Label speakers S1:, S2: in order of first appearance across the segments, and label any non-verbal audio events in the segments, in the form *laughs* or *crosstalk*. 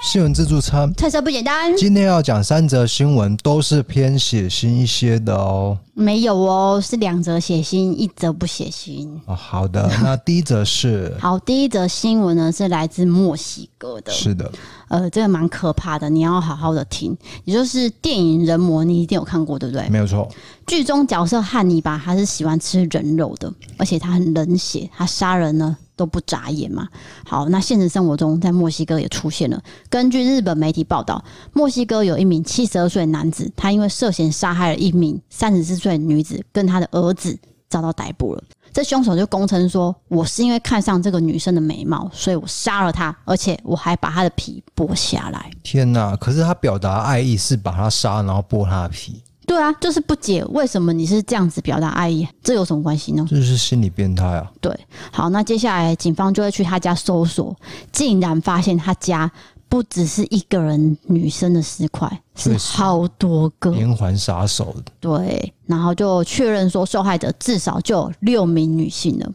S1: 新闻自助餐。
S2: 特色不简单，
S1: 今天要讲三则新闻，都是偏血腥一些的哦。
S2: 没有哦，是两则写信，一则不写信。
S1: 哦好
S2: *laughs*
S1: 的，那第一则是，
S2: 好，第一则新闻呢是来自墨西哥的，
S1: 是的，
S2: 呃，这个蛮可怕的，你要好好的听。也就是电影《人魔》，你一定有看过，对不对？
S1: 没有错，
S2: 剧中角色汉尼拔他是喜欢吃人肉的，而且他很冷血，他杀人呢都不眨眼嘛。好，那现实生活中在墨西哥也出现了。根据日本媒体报道，墨西哥有一名七十二岁男子，他因为涉嫌杀害了一名三十四岁女子跟他的儿子，遭到逮捕了。这凶手就供称说：“我是因为看上这个女生的美貌，所以我杀了她，而且我还把她的皮剥下来。”
S1: 天哪！可是他表达爱意是把他杀，然后剥他的皮，
S2: 对啊，就是不解为什么你是这样子表达爱意，这有什么关系呢？
S1: 这就是心理变态啊！
S2: 对，好，那接下来警方就会去他家搜索，竟然发现他家不只是一个人女生的尸块，是
S1: 确实
S2: 好多个。
S1: 连环杀手，
S2: 对，然后就确认说受害者至少就有六名女性了。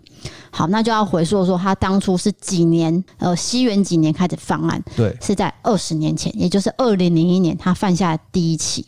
S2: 好，那就要回溯说他当初是几年，呃，西元几年开始犯案，
S1: 对
S2: 是在二十年前，也就是二零零一年他犯下的第一起。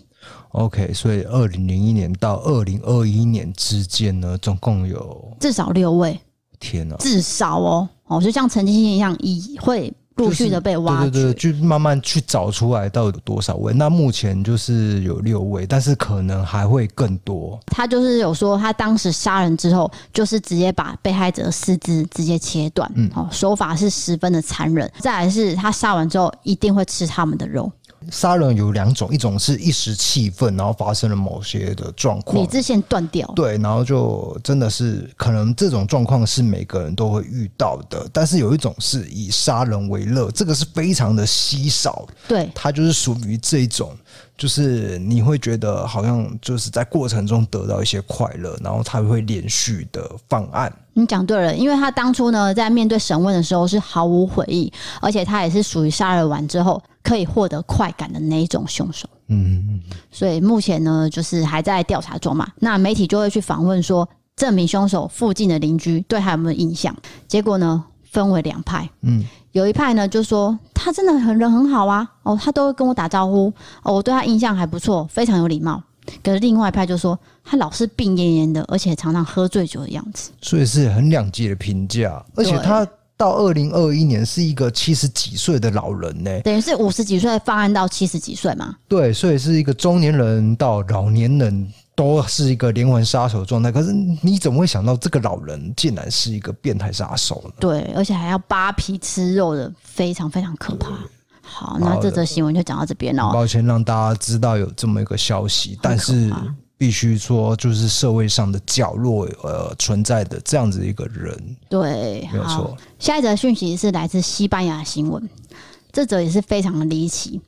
S1: ，OK，所以二零零一年到二零二一年之间呢，总共有
S2: 至少六位，
S1: 天哪，
S2: 至少哦，哦，就像陈金星一样，一会陆续的被挖
S1: 对
S2: 掘。
S1: 对对，去慢慢去找出来到底有多少位。那目前就是有六位，但是可能还会更多。
S2: 他就是有说，他当时杀人之后，就是直接把被害者的四肢直接切断，哦，手法是十分的残忍。再来是他杀完之后一定会吃他们的肉。
S1: 杀人有两种，一种是一时气愤，然后发生了某些的状况
S2: 理，智线断掉，
S1: 对，然后就真的是可能这种状况是每个人都会遇到的。但是有一种是以杀人为乐，这个是非常的稀少，
S2: 对
S1: 它就是属于这一种，就是你会觉得好像就是在过程中得到一些快乐，然后它会连续的犯案。
S2: 你讲对了，因为他当初呢在面对审问的时候是毫无悔意，而且他也是属于杀人完之后可以获得快感的那一种凶手。
S1: 嗯，
S2: 所以目前呢，就是还在调查中嘛。那媒体就会去访问说，这名凶手附近的邻居对他有没有印象？结果呢，分为两派。
S1: 嗯，
S2: 有一派呢就说他真的很人很好啊，哦，他都会跟我打招呼，哦，我对他印象还不错，非常有礼貌。可是另外一派就说他老是病恹恹的，而且常常喝醉酒的样子。
S1: 所以是很两极的评价，而且
S2: 对
S1: 他到二零二一年是一个七十几岁的老人呢、
S2: 等于是五十几岁犯案到七十几岁嘛，
S1: 对，所以是一个中年人到老年人都是一个连环杀手状态。可是你怎么会想到这个老人竟然是一个变态杀手呢？
S2: 对，而且还要扒皮吃肉的，非常非常可怕。好，那
S1: 好
S2: 这
S1: 的
S2: 则新闻就讲到这边喽。
S1: 抱歉让大家知道有这么一个消息，但是必须说，就是社会上的角落呃存在的这样子一个人，
S2: 对，
S1: 没有
S2: 好
S1: 错。
S2: 下一则讯息是来自西班牙的新闻，这则也是非常的离奇。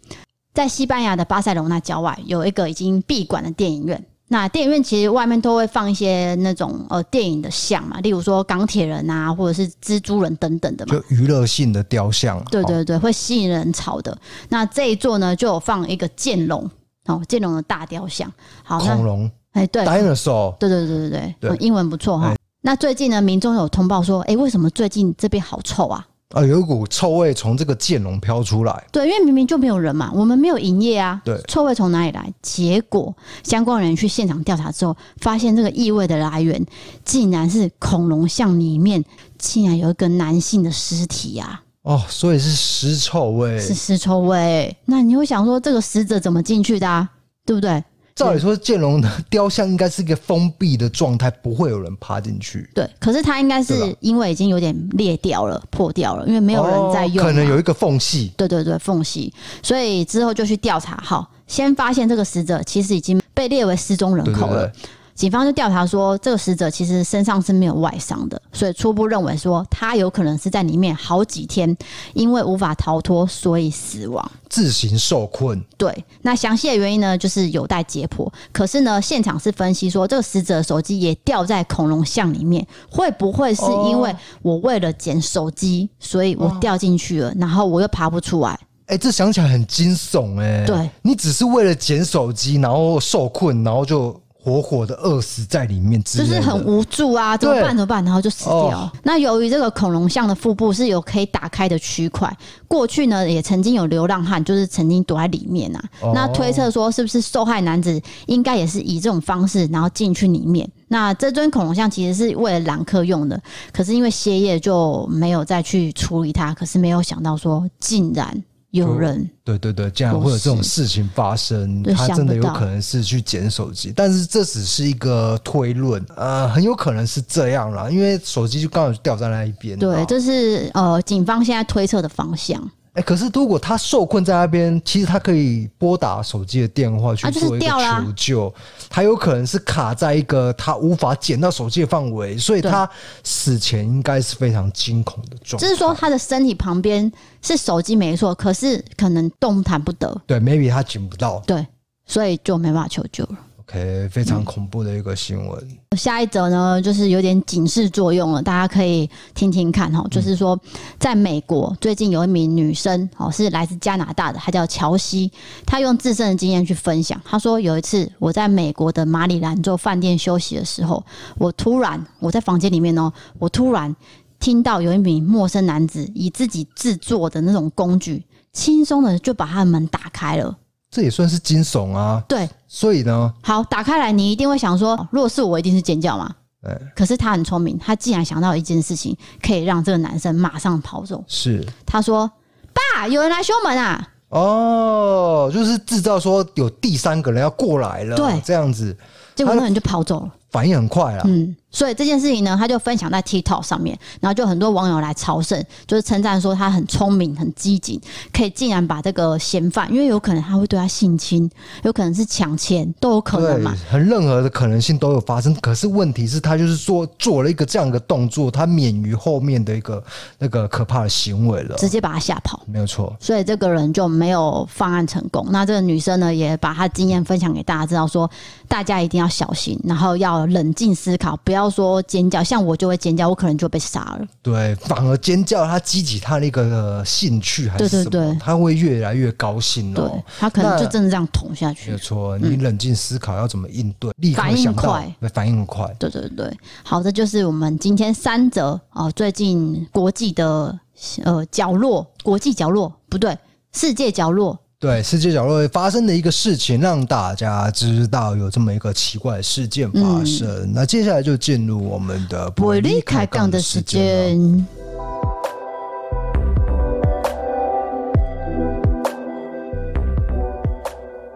S2: 在西班牙的巴塞罗那郊外有一个已经闭馆的电影院。那电影院其实外面都会放一些那种呃电影的像嘛，例如说钢铁人啊，或者是蜘蛛人等等的嘛。
S1: 就娱乐性的雕像。
S2: 对
S1: 哦，
S2: 对对，会吸引人潮的。那这一座呢，就有放一个剑龙哦，剑龙的大雕像。好，
S1: 恐
S2: 那
S1: 龙
S2: 哎对，
S1: dinosaur。
S2: 对对对对对，
S1: 对
S2: 嗯英文不错哈
S1: 哎。
S2: 那最近呢，民众有通报说，哎、为什么最近这边好臭啊？
S1: 啊，有一股臭味从这个剑龙飘出来。
S2: 对，因为明明就没有人嘛，我们没有营业啊，
S1: 对
S2: 臭味从哪里来？结果相关人员去现场调查之后，发现这个异味的来源竟然是恐龙像里面竟然有一个男性的尸体啊，
S1: 哦，所以是尸臭味。
S2: 是尸臭味。那你会想说，这个死者怎么进去的、啊？对不对？
S1: 照理说，剑龙的雕像应该是一个封闭的状态，不会有人爬进去。
S2: 对，可是他应该
S1: 对
S2: 是
S1: 啦
S2: 因为已经有点裂掉了、破掉了，因为没有人在用嘛、
S1: 哦
S2: 啊
S1: 可能有一个缝隙。
S2: 对对对，缝隙，所以之后就去调查，好，先发现这个死者其实已经被列为失踪人
S1: 对对
S2: 口了。
S1: 对，
S2: 警方就调查说，这个死者其实身上是没有外伤的，所以初步认为说他有可能是在里面好几天，因为无法逃脱，所以死亡。
S1: 自行受困。
S2: 对，那详细的原因呢，就是有待解剖。可是呢，现场是分析说，这个死者的手机也掉在恐龙像里面，会不会是因为我为了捡手机，所以我掉进去了，然后我又爬不出来？
S1: 哎、这想起来很惊悚哎、
S2: 对，
S1: 你只是为了捡手机，然后受困，然后就活活的饿死在里面之
S2: 就
S1: 类的，
S2: 是很无助啊，怎么
S1: 对
S2: 办？怎么办？然后就死掉。
S1: 哦
S2: 那由于这个恐龙像的腹部是有可以打开的区块，过去呢也曾经有流浪汉，就是曾经躲在里面啊。
S1: 哦
S2: 那推测说，是不是受害男子应该也是以这种方式，然后进去里面？那这尊恐龙像其实是为了揽客用的，可是因为歇业就没有再去处理它。可是没有想到说，竟然有
S1: 就
S2: 人
S1: 对对对，竟然会有这种事情发生，
S2: 对
S1: 他
S2: 想
S1: 真的
S2: 不
S1: 有
S2: 到
S1: 可能是去捡手机，但是这只是一个推论，呃，很有可能是这样啦，因为手机就刚好就掉在那一边。
S2: 对，
S1: 哎、
S2: 这是呃警方现在推测的方向。
S1: 诶哎可是如果他受困在那边，其实他可以拨打手机的电话去
S2: 啊就是
S1: 做一个
S2: 掉啦
S1: 求救，他有可能是卡在一个他无法捡到手机的范围，所以
S2: 对
S1: 他死前应该是非常惊恐的状态。
S2: 就是说，他的身体旁边是手机没错，可是可能动弹不得，
S1: 对，maybe 他捡不到。
S2: 对，所以就没办法求救了。
S1: OK，非常恐怖的一个新闻。
S2: 下一则呢，就是有点警示作用了，大家可以听听看哈。就是说，在美国最近有一名女生哦，是来自加拿大的，她叫乔西，她用自身的经验去分享，她说有一次我在美国的马里兰州饭店休息的时候，我突然我在房间里面哦，我突然听到有一名陌生男子以自己制作的那种工具，轻松的就把他的门打开了。
S1: 这也算是惊悚啊，
S2: 对，
S1: 所以呢，
S2: 好，打开来，你一定会想说，哦如果是我，一定是尖叫嘛。
S1: 哎，
S2: 可是他很聪明，他既然想到一件事情，可以让这个男生马上跑走。
S1: 是
S2: 他说：“爸，有人来修门啊
S1: 哦，就是制造说有第三个人要过来了，
S2: 对
S1: 这样子！”
S2: 结果那人就跑走了。
S1: 反应很快啦。
S2: 嗯，所以这件事情呢，他就分享在 TikTok 上面，然后就很多网友来朝圣，就是称赞说他很聪明、很机警，可以竟然把这个嫌犯，因为有可能他会对他性侵，有可能是抢钱，都有可能
S1: 对
S2: 嘛。，
S1: 很任何的可能性都有发生。可是问题是，他就是做做了一个这样的动作，他免于后面的一个那个可怕的行为了。
S2: 直接把他吓跑。
S1: 没有错，
S2: 所以这个人就没有犯案成功。那这个女生呢，也把她经验分享给大家，知道说大家一定要小心，然后要冷静思考，不要说尖叫。像我就会尖叫，我可能就被杀了。
S1: 对，反而尖叫他激起他那个呃兴趣还是什
S2: 对
S1: 么，
S2: 对对
S1: 他会越来越高兴
S2: 对
S1: 哦。
S2: 她可能
S1: 那
S2: 就真的这样捅下
S1: 没
S2: 去
S1: 有。错，你冷静思考要怎么应对，立刻
S2: 反应
S1: 想到
S2: 快，
S1: 对反应很快。
S2: 对对对，好，这就是我们今天三则哦，最近国际的呃角落，国际角落不对，世界角落。
S1: 对世界角落发生的一个事情，让大家知道有这么一个奇怪的事件发生。那接下来就进入我们的
S2: 我
S1: 玻璃
S2: 离嗯开杠的时间。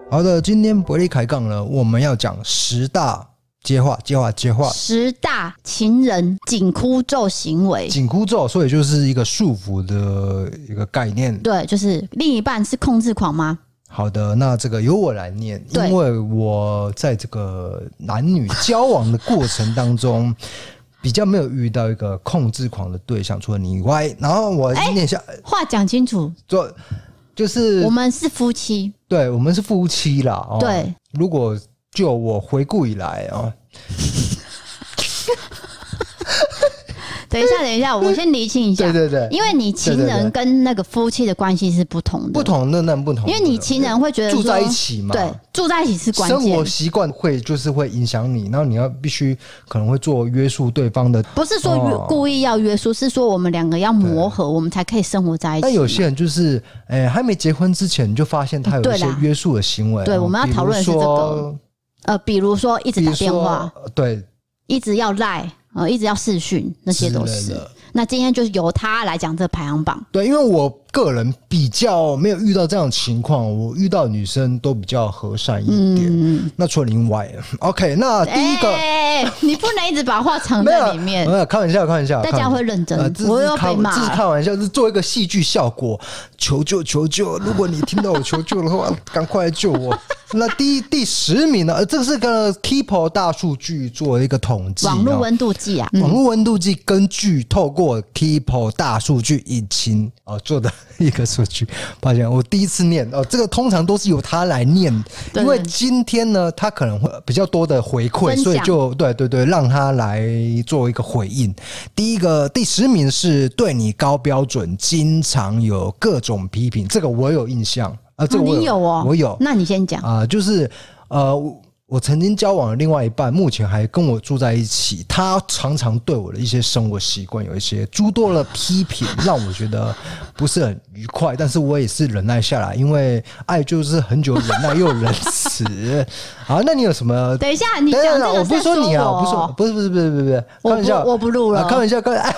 S1: 好的，今天伯利开杠呢，我们要讲十大接话，接话，接话。
S2: 十大情人紧箍咒行为，
S1: 紧箍咒，所以就是一个束缚的一个概念。
S2: 对，就是另一半是控制狂吗？
S1: 好的，那这个由我来念，
S2: 对
S1: 因为我在这个男女交往的过程当中。 *laughs* 比较没有遇到一个控制狂的对象，除了你以外。然后我念一下，
S2: 话讲清楚，
S1: 就就是
S2: 我们是夫妻，
S1: 对我们是夫妻啦。哦、
S2: 对，
S1: 如果就我回顾以来哦，
S2: 等一下，等一下，我先厘清一下
S1: 对，对对，
S2: 因为你情人跟那个夫妻的关系是不同的，
S1: 不，同的那不同的，
S2: 因为你情人会觉得
S1: 住
S2: 说
S1: 在一，起嘛，
S2: 对，住在一起是关
S1: 生活
S2: 键，
S1: 习惯会就是会影响你，然后你要必须可能会做约束对方的。
S2: 不是说约
S1: 哦
S2: 故意要约束，是说我们两个要磨合，我们才可以生活在一
S1: 但
S2: 起。
S1: 有些人就是，哎、还没结婚之前你就发现他有
S2: 嗯对
S1: 一些
S2: 啦
S1: 约束的行为。
S2: 对
S1: 哦
S2: 我们要
S1: 比如
S2: 讨论的是这个
S1: 说
S2: 呃，比如说一直
S1: 比
S2: 打
S1: 如
S2: 电话
S1: 说，，对，
S2: 一直要赖，呃，一直要视讯，那些都
S1: 之类
S2: 是
S1: 的。
S2: 那今天就是由他来讲这排行榜，
S1: 对，因为我个人比较没有遇到这样的情况，我遇到的女生都比较和善一点。
S2: 嗯，
S1: 那除了另外，OK，那第一个、
S2: 哎你不能一直把话藏
S1: 没有
S2: 在里面
S1: 没。有，开玩笑，开玩笑，
S2: 大家
S1: 开玩
S2: 会
S1: 笑
S2: 认真
S1: 呃，这，
S2: 我
S1: 是
S2: 又
S1: 开
S2: 被
S1: 这是
S2: 骂
S1: 开玩笑，这是做一个戏剧效果。求救，求救！如果你听到我求救的话，赶快来救我。那第第十名呢？呃，这是个 Keepo 大数据做一个统计，
S2: 网络
S1: 哦
S2: 温度计啊，
S1: 网络温度计根据透过 Keepo 大数据引擎哦做的一个数据， *laughs* 抱歉，我第一次念哦，这个通常都是由他来念，
S2: 对
S1: 因为今天呢，他可能会比较多的回
S2: 分
S1: 馈，
S2: 享
S1: 所以就对对对，让他来做一个回应。第一个第十名是对你高标准，经常有各种批评，这个我有印象啊，这
S2: 哦
S1: 个我
S2: 你有哦，
S1: 我有
S2: 那你先讲，
S1: 啊啊、就是呃。我我曾经交往的另外一半，目前还跟我住在一起，他常常对我的一些生活习惯有一些诸多的批评，让我觉得不是很愉快。但是我也是忍耐下来，因为爱就是很久忍耐又仁慈。好，那你有什么？
S2: 等一下，你
S1: 等
S2: 讲这
S1: 等，
S2: 个
S1: 我不是
S2: 是在
S1: 你啊，
S2: 我
S1: 我不是我，
S2: 哦，
S1: 不是，不是，不是，不是，不是，开
S2: 我
S1: 玩笑，
S2: 不我不录
S1: 啊，
S2: 了
S1: 开，玩笑，开玩笑，哎，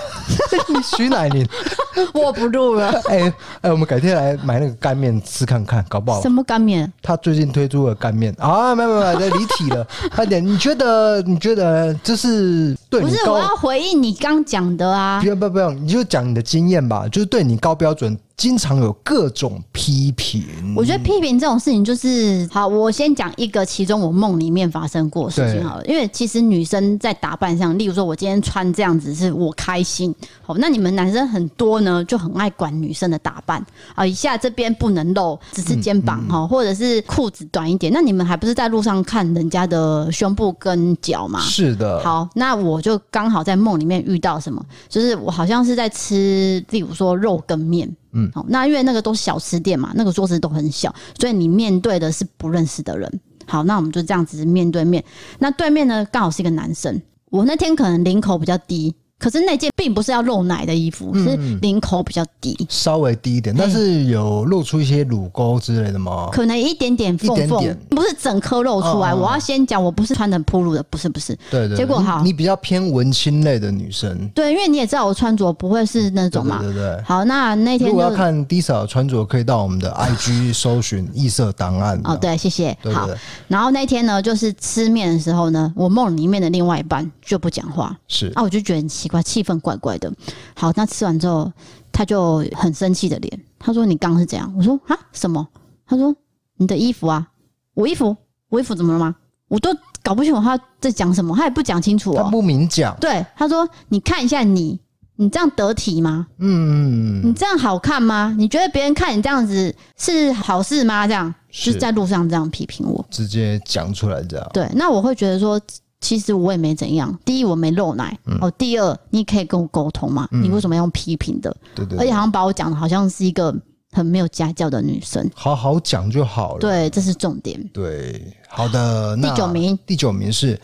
S1: *laughs* 你徐乃麟，
S2: *laughs* 我不
S1: *laughs*
S2: 录了。
S1: 哎、哎、我们改天来买那个干面吃看看，搞不好
S2: 什么干面？
S1: 他最近推出了干面啊，没有没有没有，这离题
S2: *laughs*
S1: 了，快点！你觉得你觉得就是对
S2: 不
S1: 你
S2: 是，
S1: 高
S2: 我要回应你刚讲的啊
S1: 不。要不要不要，你就讲你的经验吧，就是对你高标准，经常有各种批评。
S2: 我觉得批评这种事情就是好，我先讲一个其中我梦里面发生过的事情好了，因为其实女生在打扮上，例如说我今天穿这样子是我开心，好，那你们男生很多呢就很爱管女生的打扮啊，一下这边不能露，只是肩膀哈，或者是裤子短一点，那你们还不是在路上看人家的胸部跟脚吗？
S1: 是的，
S2: 好，那我就刚好在梦里面遇到什么，就是我好像是在吃，例如说肉跟面，嗯，好，那因为那个都是小吃店嘛，那个桌子都很小，所以你面对的是不认识的人。好，那我们就这样子面对面。那对面呢，刚好是一个男生。我那天可能领口比较低，可是那件并不是要露奶的衣服，
S1: 嗯
S2: 是领口比较低，
S1: 稍微低一点，但是有露出一些乳沟之类的吗？
S2: 嗯可能一点点缝缝，
S1: 哦一点点
S2: 不是整颗露出来。
S1: 哦哦哦
S2: 我要先讲，我不是穿的很暴露的，不是不是，
S1: 对对对
S2: 结果
S1: 你
S2: 好
S1: 你比较偏文青类的女生，
S2: 对，因为你也知道我穿着不会是那
S1: 对
S2: 种嘛。
S1: 对对对。
S2: 好，那那天
S1: 如
S2: 就
S1: 果要看 Disa 的穿着，可以到我们的 IG 搜寻异色档案。啊
S2: 哦，对，谢谢。
S1: 对对
S2: 好
S1: 对，，
S2: 然后那天呢，就是吃面的时候呢，我梦里面的另外一半就不讲话，
S1: 是
S2: 啊，我就觉得很奇怪，气氛怪怪的。好，那吃完之后，他就很生气的脸，他说：“你刚刚是怎样？”我说：“啊，什么？”他说：“你的衣服啊，我衣服，我衣服怎么了吗？我都搞不清楚他在讲什么，他也不讲清楚
S1: 他
S2: 哦。
S1: 不明讲。
S2: 对，他说：“你看一下你，你这样得体吗？
S1: 嗯，
S2: 你这样好看吗？你觉得别人看你这样子是好事吗？”这样就是
S1: 是
S2: 在路上这样批评我。
S1: 直接讲出来这样。
S2: 对，那我会觉得说，其实我也没怎样。第一，我没露奶；
S1: 嗯
S2: 哦，第二，你可以跟我沟通嘛，你为什么要用批评的？
S1: 对嗯对
S2: 而且
S1: 对，
S2: 好像把我讲的好像是一个很没有家教的女生。
S1: 好好讲就好了。
S2: 对，这是重点。
S1: 对好的。那
S2: 第九名，
S1: 第九名是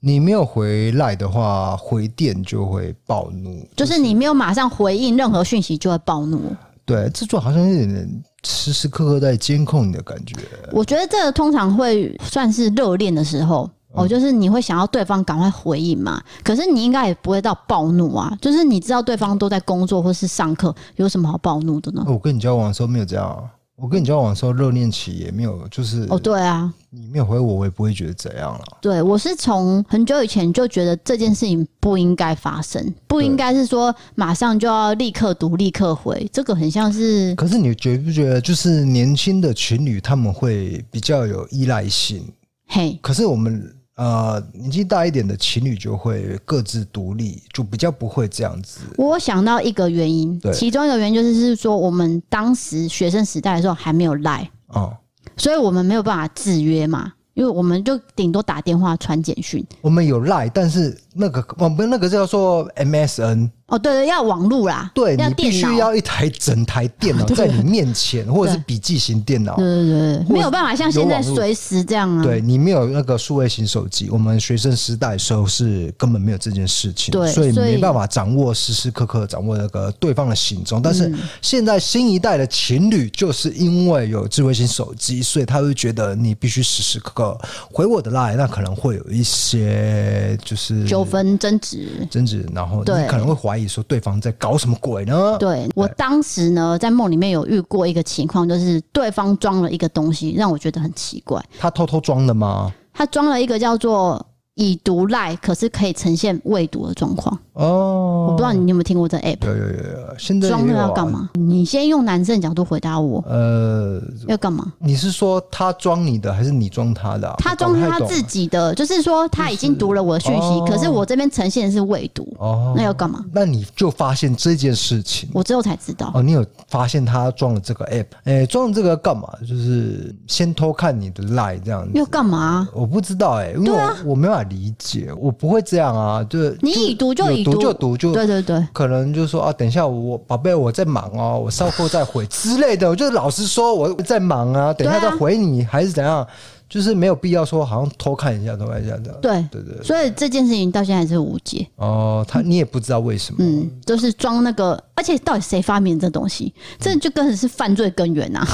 S1: 你没有回来的话，回电就会暴怒。
S2: 就是你没有马上回应任何讯息就会暴怒，
S1: 对，这就好像有点时时刻刻在监控你的感觉。
S2: 我觉得这个通常会算是热恋的时候，哦，就是你会想要对方赶快回应嘛。可是你应该也不会到暴怒啊，就是你知道对方都在工作或是上课，有什么好暴怒的呢？
S1: 哦我跟你交往的时候没有这样啊。我跟你交往的时候，热恋期也没有，就是
S2: 哦，对啊，
S1: 你没有回我，我也不会觉得怎样啊了。
S2: 对，我是从很久以前就觉得这件事情不应该发生，不应该是说马上就要立刻读、立刻回，这个很像是
S1: 可是你觉不觉得，就是年轻的情侣他们会比较有依赖性？
S2: 嘿，
S1: 可是我们呃年纪大一点的情侣就会各自独立，就比较不会这样子。
S2: 我想到一个原因
S1: 对，
S2: 其中一个原因就是是说我们当时学生时代的时候还没有赖，
S1: 哦，
S2: 所以我们没有办法制约嘛，因为我们就顶多打电话、传简讯。
S1: 我们有赖，但是那个我们那个叫做 MSN，
S2: 哦，对对，要网路啦，
S1: 对
S2: 要
S1: 你必
S2: 电脑
S1: 须，要一台整台
S2: *laughs*
S1: 电脑在你面前，或者是笔记型电脑
S2: 对。对对对，没有办法像现在
S1: 有网路
S2: 随时这样啊。
S1: 对你没有那个数位型手机，我们学生时代的时候是根本没有这件事情，
S2: 对
S1: 所以
S2: 所以
S1: 没办法掌握时时刻刻掌握那个对方的行踪。但
S2: 嗯
S1: 是现在新一代的情侣，就是因为有智慧型手机，所以他会觉得你必须时时刻刻回我的 line，那可能会有一些就是
S2: 纠纷争执，
S1: 争执，然后
S2: 对
S1: 你可能会怀疑说对方在搞什么鬼呢？
S2: 对我当时呢，在梦里面有遇过一个情况，就是对方装了一个东西，让我觉得很奇怪。
S1: 他偷偷装的吗？
S2: 他装了一个叫做已读赖，可是可以呈现未读的状况。
S1: 哦，
S2: 我不知道你有没有听过这 app，
S1: 有有有有，现在也有啊
S2: 装了要干？嘛？你先用男生的角度回答我，
S1: 呃，
S2: 要干嘛？
S1: 你是说他装你的，还是你装他的啊、
S2: 他
S1: 我
S2: 装
S1: 搞不
S2: 他
S1: 太懂
S2: 自己的，就是说他已经读了我的讯息
S1: 哦，
S2: 可是我这边呈现的是未读，
S1: 哦，
S2: 那要干嘛？
S1: 那你就发现这件事情
S2: 我之后才知道。
S1: 哦，你有发现他装了这个 app，哎、装了这个干嘛？就是先偷看你的 line 这样子
S2: 要。干嘛？
S1: 我不知道哎、因为我、我没办法理解，我不会这样啊，就是
S2: 啊你已读就
S1: 有
S2: 已
S1: 读
S2: 读
S1: 就读就
S2: 对对对，
S1: 可能就说啊，等一下我宝贝我在忙哦，啊
S2: 啊
S1: 我稍后再回之类的。我就老实说我在忙啊，等一下再回你、还是怎样？就是没有必要说好像偷看一下偷看一下这样。
S2: 对，
S1: 对对，
S2: 所以这件事情到现在还是无解。
S1: 哦，他你也不知道为什么，
S2: 嗯，就是装那个，而且到底谁发明这东西？这就根本是犯罪根源啊！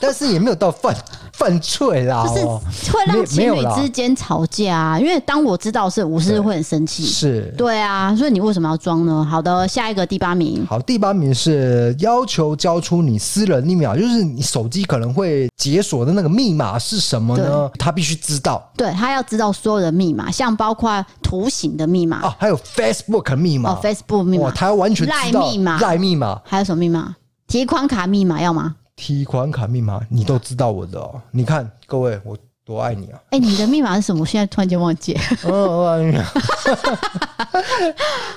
S1: 但是也没有到犯犯罪啦，哦
S2: 就是会让情
S1: 没有
S2: 侣
S1: 啦
S2: 之间吵架啊。因为当我知道是，我是会很生气。
S1: 是
S2: 对啊，所以你为什么要装呢？好的，下一个第八名，
S1: 好，第八名是要求交出你私人密码，就是你手机可能会解锁的那个密码是什么呢？他必须知道
S2: 对他要知道所有的密码，像包括图形的密码、
S1: 啊，还有 Facebook 密码，
S2: 哦，Facebook 密
S1: 哇，
S2: 码，
S1: 他完全知道
S2: 赖密码
S1: 赖密码、
S2: 还有什么密码？提款卡密码要吗？
S1: 提款卡密码，你都知道我的哦。你看，各位，我多爱
S2: *laughs*
S1: 你啊！
S2: 哎、你的密码是什么？我现在突然间忘记了。 *laughs*
S1: 嗯，我爱你啊。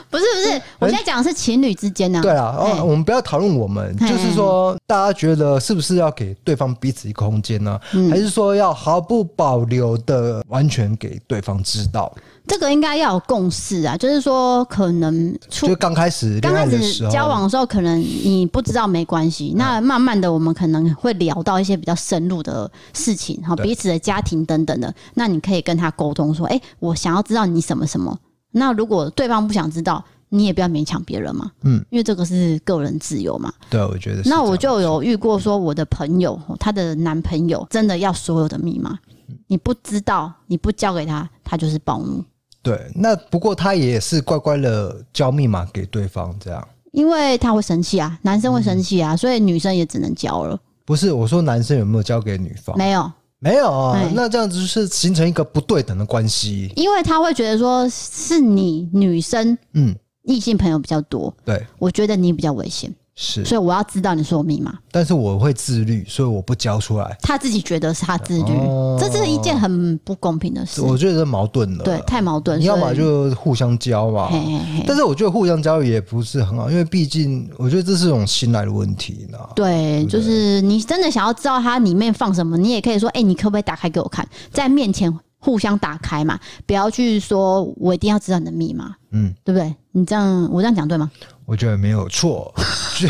S2: 不是不是，我现在讲的是情侣之间呢、
S1: 哎对啦，
S2: 哎
S1: 哦，我们不要讨论我们，
S2: 嘿嗯
S1: 就是说，大家觉得是不是要给对方彼此一个空间呢？
S2: 嗯
S1: 还是说要毫不保留的完全给对方知道？
S2: 这个应该要有共识啊，就是说可能出
S1: 就刚开始
S2: 刚
S1: 恋爱
S2: 开
S1: 的
S2: 始
S1: 时候，嗯
S2: 交往的时候，可能你不知道没关系，那慢慢的我们可能会聊到一些比较深入的事情，哈，
S1: 对
S2: 彼此的家庭等等的，那你可以跟他沟通说，哎、我想要知道你什么什么。那如果对方不想知道，你也不要勉强别人嘛，
S1: 嗯，
S2: 因为这个是个人自由嘛。
S1: 对，我觉得是
S2: 那我
S1: 这样
S2: 就有遇过说，我的朋友，她的男朋友真的要所有的密码，你不知道，你不交给他，他就是暴怒。
S1: 对。那不过他也是乖乖的交密码给对方，这样
S2: 因为他会生气啊，男生会生气
S1: 嗯
S2: 啊，所以女生也只能交了。
S1: 不是我说男生有没有交给女方？
S2: 没有，
S1: 没有啊
S2: 哎，
S1: 那这样子就是形成一个不对等的关系。
S2: 因为他会觉得说是你女生
S1: 嗯，
S2: 异性朋友比较多，
S1: 对，
S2: 我觉得你比较危险，
S1: 是。
S2: 所以我要知道你说密码。
S1: 但是我会自律，所以我不交出来，
S2: 他自己觉得是他自律，
S1: 哦
S2: 这是一件很不公平的事，
S1: 我觉得矛盾了。
S2: 对，太矛盾。
S1: 你要么
S2: 所以
S1: 就互相交嘛。
S2: 嘿嘿
S1: *laughs*
S2: 嘿，
S1: 但是我觉得互相交也不是很好，因为毕竟我觉得这是一种信赖的问题呢。
S2: 对，就是你真的想要知道它里面放什么，你也可以说，哎、你可不可以打开给我看？在面前互相打开嘛，不要去说我一定要知道你的密码，
S1: 嗯，
S2: 对不对？你这样我这样讲对吗？
S1: 我觉得没有
S2: *laughs*
S1: 错。 *laughs* 就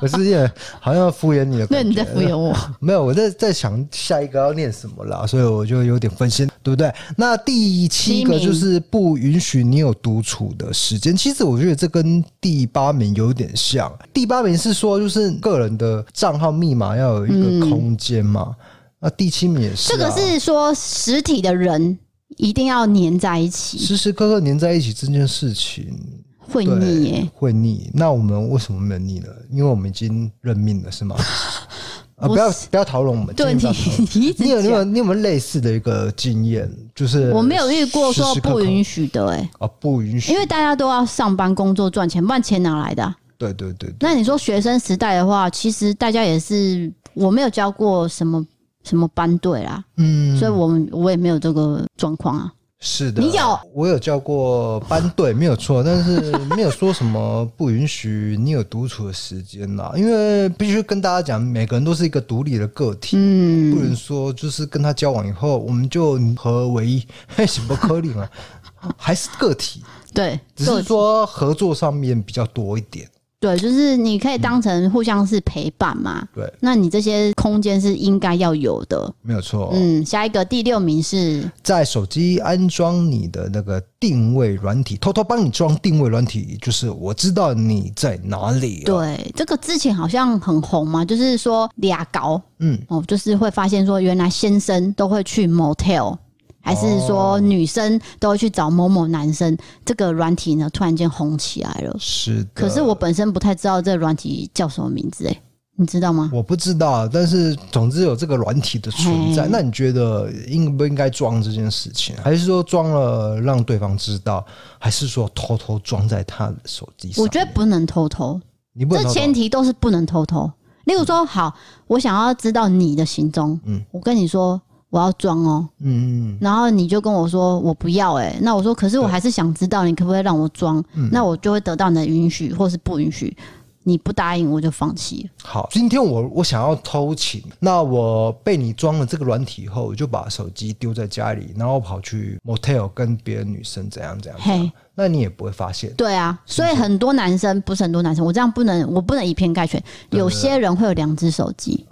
S1: 我是也好像敷衍你的
S2: *laughs* 对，
S1: 感觉，
S2: 你在敷衍我。
S1: 没有，我在在想下一个要念什么啦，所以我就有点分心，对不对？那第七个
S2: 第一名
S1: 就是不允许你有独处的时间。其实我觉得这跟第八名有点像。第八名是说，就是个人的账号密码要有一个空间嘛。那第七名也是、啊，
S2: 这个是说实体的人一定要黏在一起，
S1: 时时刻刻黏在一起这件事情，
S2: 会
S1: 对
S2: 腻耶。
S1: 会腻。那我们为什么没有腻呢？因为我们已经认命了，
S2: *laughs*
S1: 是吗？啊，不要
S2: 不是
S1: 不要讨论我们，
S2: 对
S1: 尽量不
S2: 你
S1: 要讨论，
S2: 你一直
S1: 你有没呃有
S2: 讲，
S1: 你有没有类似的一个经验？就是
S2: 我没有遇过
S1: 时
S2: 说
S1: 时刻刻
S2: 不允许的哎、
S1: 啊，不允许，
S2: 因为大家都要上班工作赚钱，不然钱哪来的啊、
S1: 对对对对，
S2: 那你说学生时代的话，其实大家也是，我没有教过什么什么班队啦，
S1: 嗯，
S2: 所以我们我也没有这个状况啊。
S1: 是的，
S2: 你有
S1: 我有教过班队，没有错，但是没有说什么不允许你有独处的时间啦， *laughs* 因为必须跟大家讲，每个人都是一个独立的个体。不
S2: 嗯，
S1: 能说就是跟他交往以后，我们就合为一，嘿，什么颗粒啊？ *laughs* 还是个体，
S2: 对，
S1: 只
S2: 个
S1: 是
S2: 体
S1: 说合作上面比较多一点。
S2: 对，就是你可以当成互相是陪伴嘛。
S1: 对，
S2: 那你这些空间是应该要有的。
S1: 没有错。
S2: 嗯，下一个第六名是
S1: 在手机安装你的那个定位软体，偷偷帮你装定位软体，就是我知道你在哪里、哦。，
S2: 对这个之前好像很红嘛，就是说俩搞
S1: 嗯，
S2: 哦，就是会发现说原来先生都会去 motel，还是
S1: 哦
S2: 说女生都会去找某某男生，这个软体呢突然间红起来了。
S1: 是的。
S2: 可是我本身不太知道这软体叫什么名字、欸，你知道吗？
S1: 我不知道，但是总之有这个软体的存在。
S2: 嘿
S1: 那你觉得应不应该装这件事情？啊还是说装了让对方知道，还是说偷偷装在他的手机上面？
S2: 我觉得不能偷偷，
S1: 你不能
S2: 这
S1: 偷
S2: 前提都是不能偷偷。例如说，好，我想要知道你的行踪，
S1: 嗯
S2: 我跟你说我要装哦，
S1: 嗯嗯
S2: 然后你就跟我说我不要、欸，那我
S1: 嗯
S2: 说可是我还是想知道你可不可以让我装，那我就会得到你的允许或是不允许。你不答应我就放弃了。
S1: 好，今天我我想要偷情，那我被你装了这个软体以后，我就把手机丢在家里，然后跑去 motel 跟别的女生怎样怎样，
S2: 嘿，
S1: 那你也不会发现。
S2: 对啊，所以很多男生不是很多男生，我这样不能，我不能以偏概全。
S1: 对
S2: 有些人会有两只手机，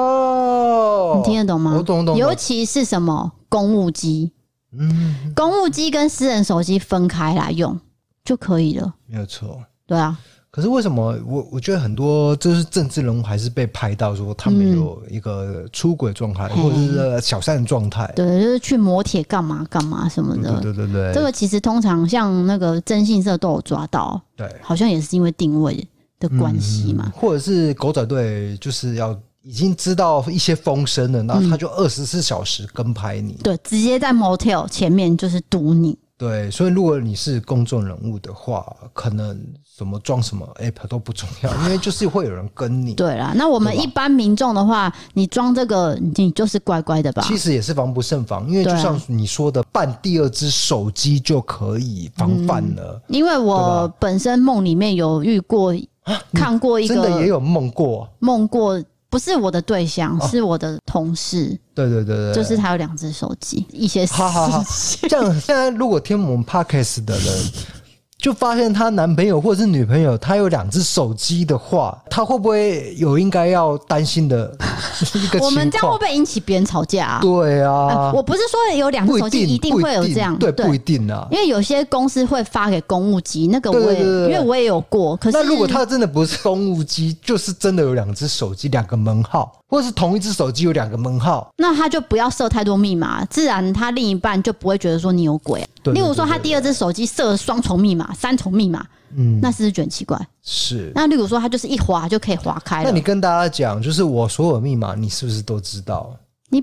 S1: 哦，
S2: 你听得懂吗？
S1: 我懂懂懂
S2: 尤其是什么公务机，
S1: 嗯，
S2: 公务机跟私人手机分开来用就可以了。
S1: 没有错。
S2: 对啊，
S1: 可是为什么我我觉得很多就是政治人物还是被拍到说他们有一个出轨状态、
S2: 嗯
S1: 或者是呃小三的状态？
S2: 对，就是去磨铁干嘛干嘛什么
S1: 对
S2: 的。
S1: 对对对
S2: 这
S1: 对
S2: 个其实通常像那个征信社都有抓到，
S1: 对
S2: 好像也是因为定位的
S1: 嗯
S2: 关系嘛。
S1: 或者是狗仔队就是要已经知道一些风声了，那他就二十四小时跟拍你。
S2: 对，直接在 motel 前面就是堵你。
S1: 对，所以如果你是公众人物的话，可能什么装什么 app 都不重要，因为就是会有人跟你。
S2: 对啦，那我们
S1: 对吧
S2: 一般民众的话，你装这个，你就是乖乖的吧？
S1: 其实也是防不胜防，因为就
S2: 对啊
S1: 像你说的，办第二只手机就可以防范了。
S2: 因为我
S1: 对啊
S2: 本身梦里面有遇过，看过嗯一
S1: 真的也
S2: 个
S1: 有梦过，
S2: 梦过，不是我的对象，是我的同事，
S1: 对对对对，
S2: 就是他有两只手机，一些事
S1: 好好好，这样现在如果听我们 podcast 的人。就发现她男朋友或者是女朋友，她有两只手机的话，她会不会有应该要担心的一个情况？
S2: 我们这样会不会引起别人吵架啊？
S1: 对
S2: 呃
S1: 啊，
S2: 我不是说有两只
S1: 不
S2: 手
S1: 一
S2: 机
S1: 定，
S2: 一定
S1: 不
S2: 会有这样，
S1: 对，不一定啊。
S2: 因为有些公司会发给公务机，那个
S1: 对
S2: 我也
S1: 对对对对
S2: 因为我也有过，可是
S1: 那如果她真的不是公务机，就是真的有两只手机，两个门号，或者是同一只手机有两个门号，
S2: 那他就不要设太多密码，自然他另一半就不会觉得说你有鬼啊、
S1: 对对
S2: 例如
S1: 对
S2: 说，
S1: 对
S2: 他第二只手机设了双重密码、三重密码，
S1: 嗯，
S2: 那是不是觉得很奇怪？
S1: 是。
S2: 那例如说，他就是一划就可以划开
S1: 那
S2: 了。
S1: 你
S2: 你
S1: 跟大家讲，就是我所有密码，你是不是都知道？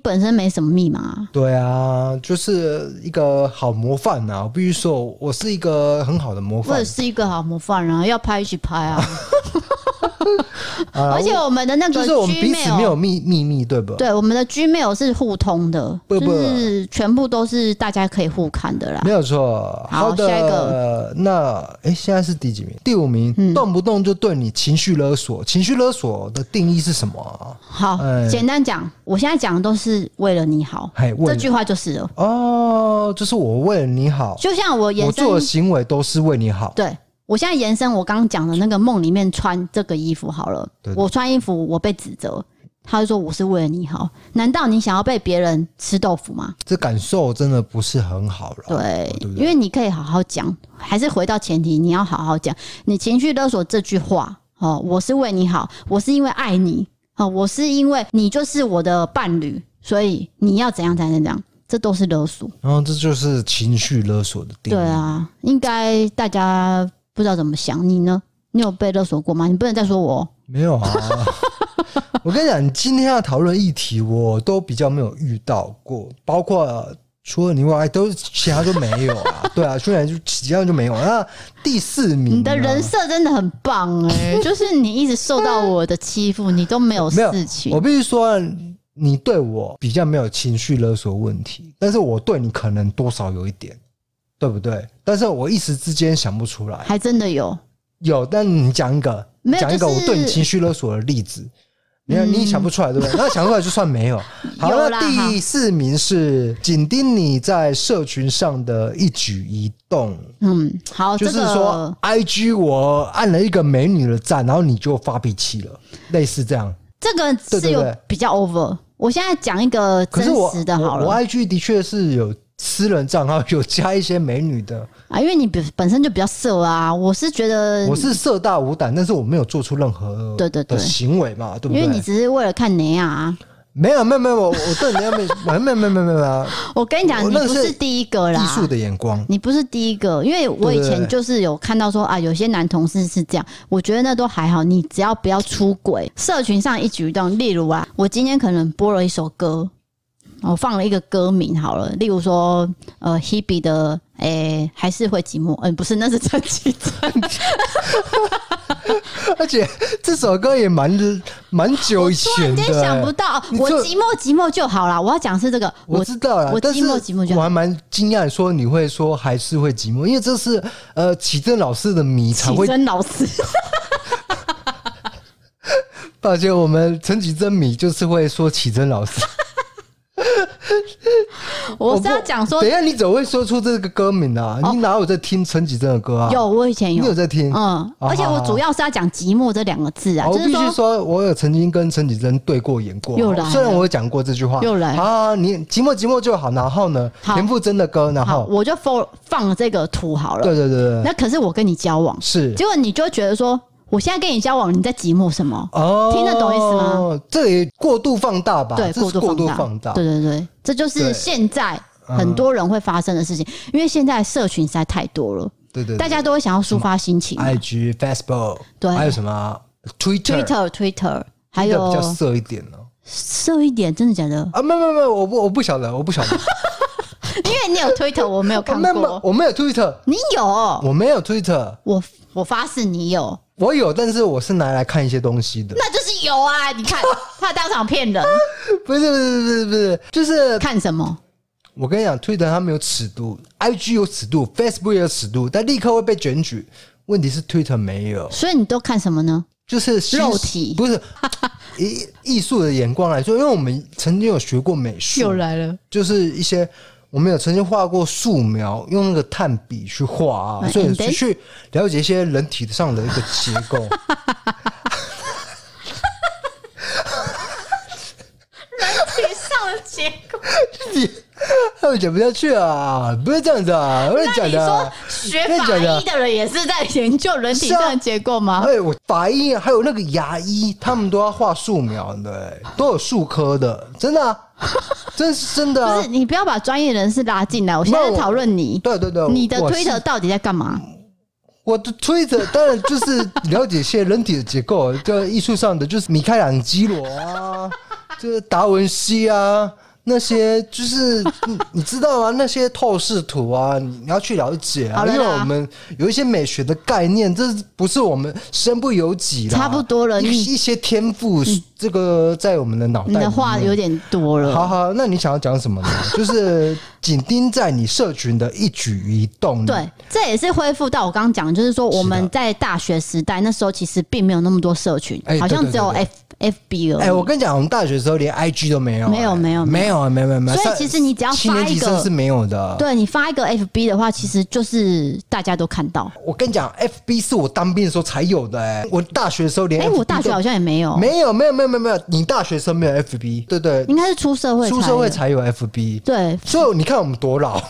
S2: 本身没什么密码啊、
S1: 对啊，就是一个好模范呐、啊！我必须说，我是一个很好的模
S2: 我
S1: 范
S2: 也是一个好模范啊，要拍一起拍啊。
S1: *laughs* 啊。
S2: 而且我们的那
S1: 就
S2: 个
S1: 是我们彼此没
S2: Gmail，
S1: 有秘秘密，对吧？
S2: 对，我们的 Gmail 是互通的，
S1: 不不
S2: 就是全部都是大家可以互看的啦
S1: 没。有错。
S2: 好
S1: 的，
S2: 下一个嗯
S1: 那哎、诶现在是第几名？第五名，动不动就对你情绪勒索。情绪勒索的定义是什么啊？
S2: 好，
S1: 哎
S2: 简单讲，我现在讲的都是为了你好，
S1: 嘿，
S2: 这
S1: 问
S2: 句话就是了。
S1: 哦，就是我为了你好，
S2: 就像我
S1: 我
S2: 延伸
S1: 做的行为都是为你好。
S2: 对我现在延伸我刚刚讲的那个梦里面穿这个衣服好了，
S1: 对
S2: 我穿衣服我被指责，他就说我是为了你好，难道你想要被别人吃豆腐吗？
S1: 这感受真的不是很好了。
S2: 对，
S1: 哦对不对
S2: 因为你可以好好讲，还是回到前提，你要好好讲。你情绪勒索这句话，哦，我是为你好，我是因为爱你，哦，我是因为你就是我的伴侣，所以你要怎样才能怎样，这都是勒索。
S1: 然后这就是情绪勒索的定义。
S2: 对啊，应该大家不知道怎么想，你呢？你有被勒索过吗？你不能再说我哦。
S1: 没有啊，
S2: *laughs*
S1: 我跟你讲，你今天要讨论议题，我都比较没有遇到过，包括呃除了你以外，都其他都没有
S2: *laughs*
S1: 啊。对啊，虽然就其他就没有。那第四名呢，
S2: 你的人设真的很棒哎、
S1: *laughs*
S2: 就是你一直受到我的欺负，你都没有
S1: 没有
S2: 事情
S1: 我。必须说啊，你对我比较没有情绪勒索问题，但是我对你可能多少有一点，对不对？但是我一时之间想不出来。
S2: 还真的有，
S1: 有，但你讲一个，你
S2: 没有
S1: 讲一个
S2: 就是嗯
S1: 我对你情绪勒索的例子。你看，你想不出来
S2: *laughs*
S1: 对不对？那想出来就算没有。好，
S2: 有啦
S1: 那第四名是紧盯你在社群上的一举一动，
S2: 嗯，好，
S1: 就是
S2: 这
S1: 说
S2: 个
S1: ，I G 我按了一个美女的赞，然后你就发脾气了，类似这样。
S2: 这个
S1: 对
S2: 是
S1: 对
S2: 有
S1: 对
S2: 比较 over。我现在讲一个
S1: 可
S2: 真
S1: 是我
S2: 实的好
S1: 我我
S2: 了
S1: I G 的确是有私人账号，有加一些美女的。
S2: 啊，因为你本本身就比较色啊，我是觉得
S1: 我，是色大无胆，但是我没有做出任何
S2: 对对对
S1: 的行为嘛，对不
S2: 因
S1: 对？
S2: 为你只是为了看你啊。
S1: 没有没有没有，我我对你没有没有没有没有没有没有
S2: 我跟你讲，
S1: 我
S2: 你
S1: 那
S2: 不
S1: 是
S2: 是第一个啦，
S1: 艺术的眼光，
S2: 你不是第一个，因为我以
S1: 对对
S2: 前
S1: 对
S2: 就是有看到说啊，有些男同事是这样，我觉得那都还好，你只要不要出轨，社群上一举一动，例如啊，我今天可能播了一首歌，我放了一个歌名好了，例如说呃 Hebe 的诶、还是会寂寞，嗯、不是，那是陈绮贞，
S1: 而且这首歌也蛮蛮久以
S2: 突
S1: 前
S2: 然
S1: 的、
S2: 间想不
S1: 欸。
S2: 到，
S1: 你
S2: 我
S1: 这
S2: 寂寞寂寞就好啦，我要讲的是这个，
S1: 我知道了
S2: 我，
S1: 但是
S2: 寂寞寂寞就好
S1: 我还蛮惊讶，说你会说还是会寂寞，因为这是呃启正老师的迷才
S2: 启
S1: 会
S2: 真老师。
S1: 而且我们陈启真迷就是会说启真老师，
S2: 我是要讲说
S1: 等一下你怎么会说出这个歌名啊？你哪有在听陈启真的歌啊？，
S2: 有，我以前
S1: 你有在听？
S2: 嗯，
S1: 哦
S2: 而且我主要是要讲寂寞这两个字啊，
S1: 我
S2: 就
S1: 哦必
S2: 是
S1: 须
S2: 说
S1: 说，我有曾经跟陈绮贞对过眼过
S2: 又来，了
S1: 虽然我有讲过这句话，
S2: 又来了
S1: 啊，你寂寞寂寞就好，然后呢，
S2: 好
S1: 田馥甄的歌，然
S2: 好，
S1: 后
S2: 我就放放这个图好了
S1: 对。对对对，
S2: 那可是我跟你交往，
S1: 是
S2: 结果你就会觉得说，我现在跟你交往，你在寂寞什么？
S1: 哦，
S2: 听得懂意思吗？
S1: 这也过度放大吧，
S2: 对，
S1: 这是过
S2: 度
S1: 度
S2: 放
S1: 放大，
S2: 对对对，这就是
S1: 对
S2: 现在很多人会发生的事情，因为现在社群实在太多了，
S1: 对对，嗯哎
S2: 大家都会想要抒发心情嘛。
S1: IG、Facebook，
S2: 对
S1: 还有什么 Twitter，
S2: Twitter、Twitter，还
S1: Twitter 比较
S2: 有
S1: 色一点呢。
S2: 色一点，真的
S1: *laughs*
S2: 假的？
S1: 啊，没有没有没有，我不我不晓得，我不晓得，
S2: 因为你有 Twitter，我没有
S1: 我
S2: 看
S1: 没有没有
S2: 过。
S1: 我没有 Twitter，
S2: 你有？
S1: 我没有 Twitter，
S2: 我我发誓你有，
S1: 我有，但是我是拿来看一些东西的，
S2: 那就是有啊！
S1: *laughs*
S2: 你看他当场骗人，
S1: 不是不是不是不是，就是
S2: 看什么？
S1: 我跟你讲，Twitter 它没有尺度，IG 有尺度，Facebook 也有尺度，但立刻会被检举。问题是 Twitter 没有，
S2: 所以你都看什么呢？
S1: 就是欣
S2: 肉体
S1: *laughs* 不
S2: *laughs*
S1: 是以艺术的眼光来说，因为我们曾经有学过美术，
S2: 来 *laughs* 了，
S1: 就是一些我们有曾经画过素描，用那个炭笔去画啊，
S2: 嗯
S1: 所以
S2: and then？
S1: 去了解一些人体上的一个结构。 *laughs*
S2: 人体上的结构。
S1: 他们讲不下去啊，不是这样子啊，我跟你
S2: 那
S1: 讲
S2: 你
S1: 的
S2: 说
S1: 啊。
S2: 学
S1: 真的
S2: 法
S1: 假的
S2: 医的人也是在研究人体
S1: 是啊
S2: 上的结构吗？
S1: 哎、我法医还有那个牙医，他们都要画素描的、哎都有术科的，真的、
S2: *laughs*
S1: 啊，真是真的
S2: 不
S1: 啊
S2: 是，！你不要把专业人士拉进来。我现在
S1: 那
S2: 在
S1: 我
S2: 讨论你，
S1: 对对对，
S2: 你的
S1: 我是
S2: 推特到底在干嘛？
S1: 我的推特当然就是了解一些人体的结构，就艺术上的，就是米开朗基罗啊，就是达文西啊，那些就是你你知道吗？那些透视图啊，你你要去了解
S2: 好
S1: 啊，
S2: 了
S1: 因
S2: 啦
S1: 为我们有一些美学的概念，这不是我们身不由己啦
S2: 差不多了你
S1: 一一些天赋，这个在我们的脑袋
S2: 你
S1: 里面。
S2: 的话有点多了。
S1: 好好，那你想要讲什么呢？就是紧盯在你社群的一举一动。
S2: 对，这也是恢复到我刚刚讲，就是说我们在大学时代那时候其实并没有那么多社群，
S1: 哎
S2: 好像
S1: 对对
S2: 只有
S1: 对
S2: F F B 而已。
S1: 哎、我跟你讲，我们大学的时候连 IG 都没有、
S2: 没有
S1: 哎
S2: 没有没
S1: 没有啊，没有没有没有。
S2: 所以
S1: 上
S2: 其实你只要
S1: 七
S2: 发
S1: 年
S2: 一
S1: 级
S2: 个
S1: 生是没有的。，
S2: 对你发一个 F B 的话，其实就是大家都看到。
S1: 我跟你讲，FB 是我当兵的时候才有的、哎，我大学的时候连
S2: 哎、
S1: FB
S2: 我大学
S1: 都
S2: 好像也没有，
S1: 没有没有没有没有没有，你大学生没有 FB，对对
S2: 应该是出社会
S1: 出
S2: 有
S1: 社会才有 FB。
S2: 对，
S1: 所以你看我们多老，
S2: *laughs*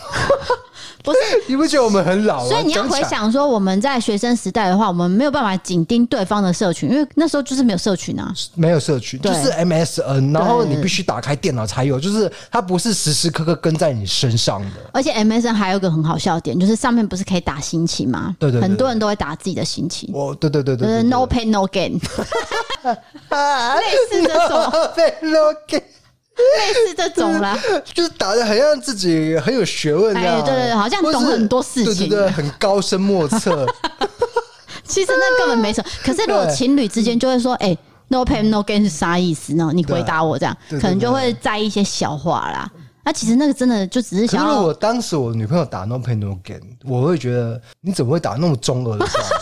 S1: *laughs*
S2: 不是。
S1: 你不觉得我们很老吗？啊
S2: 所以你要
S1: 讲
S2: 回
S1: 起来，
S2: 想说，我们在学生时代的话，我们没有办法紧盯对方的社群，因为那时候就是没有社群啊。
S1: 没有社群，就
S2: 对
S1: 是 MSN，然后
S2: 对
S1: 你必须打开电脑才有，就是它不是时时刻刻跟在你身上的。
S2: 而且 MSN 还有一个很好笑的点，就是上面不是可以打心情吗？
S1: 对对对
S2: 很多人都会打自己的心情，
S1: 我对对对对
S2: 就是呃
S1: *laughs*
S2: no pain no gain，类似这种，
S1: *laughs* 被 lock。
S2: 类似这种啦。
S1: 就是打的很像自己很有学问这样，
S2: 哎对对对好像懂
S1: 或是
S2: 很多事情
S1: 对对对，很高深莫测。
S2: 其实那根本没什么。可是如果
S1: 对
S2: 情侣之间就会说，哎、n o pain no gain 是啥意思呢？你回答我这样，
S1: 对对对
S2: 可能就会在意一些小话啦。那、其实那个真的就只是
S1: 可是
S2: *laughs* 想
S1: 如
S2: 要
S1: 果当时我女朋友打 No Pain No Gain，我会觉得你怎么会打那么中二的仗？ *laughs*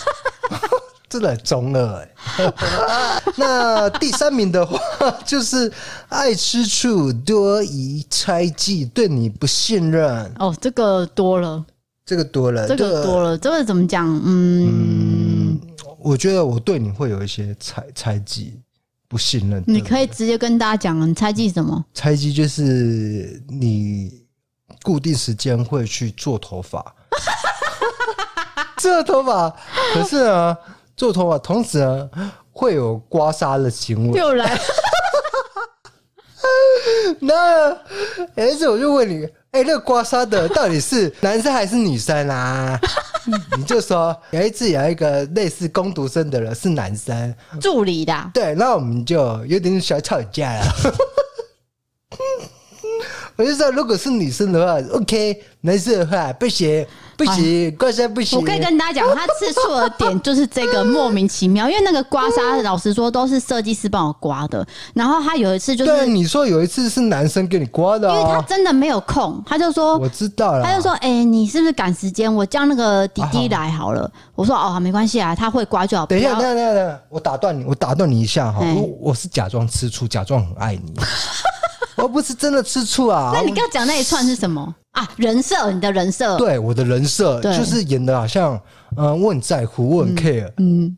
S1: 真的很中二哎、 *laughs* 那第三名的话就是爱吃醋、多疑、猜忌、对你不信任，
S2: 哦，这个多了，
S1: 这个多了，
S2: 这个多了，这个怎么讲？嗯，
S1: 我觉得我对你会有一些猜猜忌、不信任。
S2: 你
S1: 对
S2: 可以直接跟大家讲，你猜忌什么？
S1: 猜忌就是你固定时间会去做头发， *laughs* 这头发可是呢，做头发同时呢会有刮痧的行为。
S2: 又来了，
S1: 那儿子我就问你，哎、那个刮痧的到底是男生还是女生啊？ *laughs* 你就说有一次有一个类似攻读生的人是男生，
S2: 助理
S1: *laughs*
S2: 啦，
S1: 对，那我们就有点小吵架了。 *laughs* 我就说，如果是女生的话，OK，男生的话不行，不行，刮痧不行。
S2: 哎我可以跟大家讲，他吃醋的点就是这个莫名其妙，因为那个刮痧，老实说都是设计师帮我刮的。然后他有一次就是，
S1: 对，
S2: 因
S1: 你说有一次是男生给你刮的、
S2: 为他
S1: 哦，
S2: 真的没有空，他就说
S1: 我知道了。
S2: 他就说：“哎、你是不是赶时间？我叫那个弟弟来
S1: *laughs*
S2: 好了。我说：“哦，没关系啊，他会刮就好。”
S1: 等一下，
S2: 不
S1: 等
S2: 要
S1: 一下，等一下，等一下，我打断你，我打断你一下哈，
S2: 哎
S1: 我我是假装吃醋，假装很爱
S2: *laughs*
S1: 你，我不是真的吃醋啊。
S2: 那你刚刚讲那一串是什么啊？人设，你的人设，
S1: 对我的人设
S2: 对
S1: 就是演的好像，嗯、我很在乎，我很 care，I、
S2: 嗯，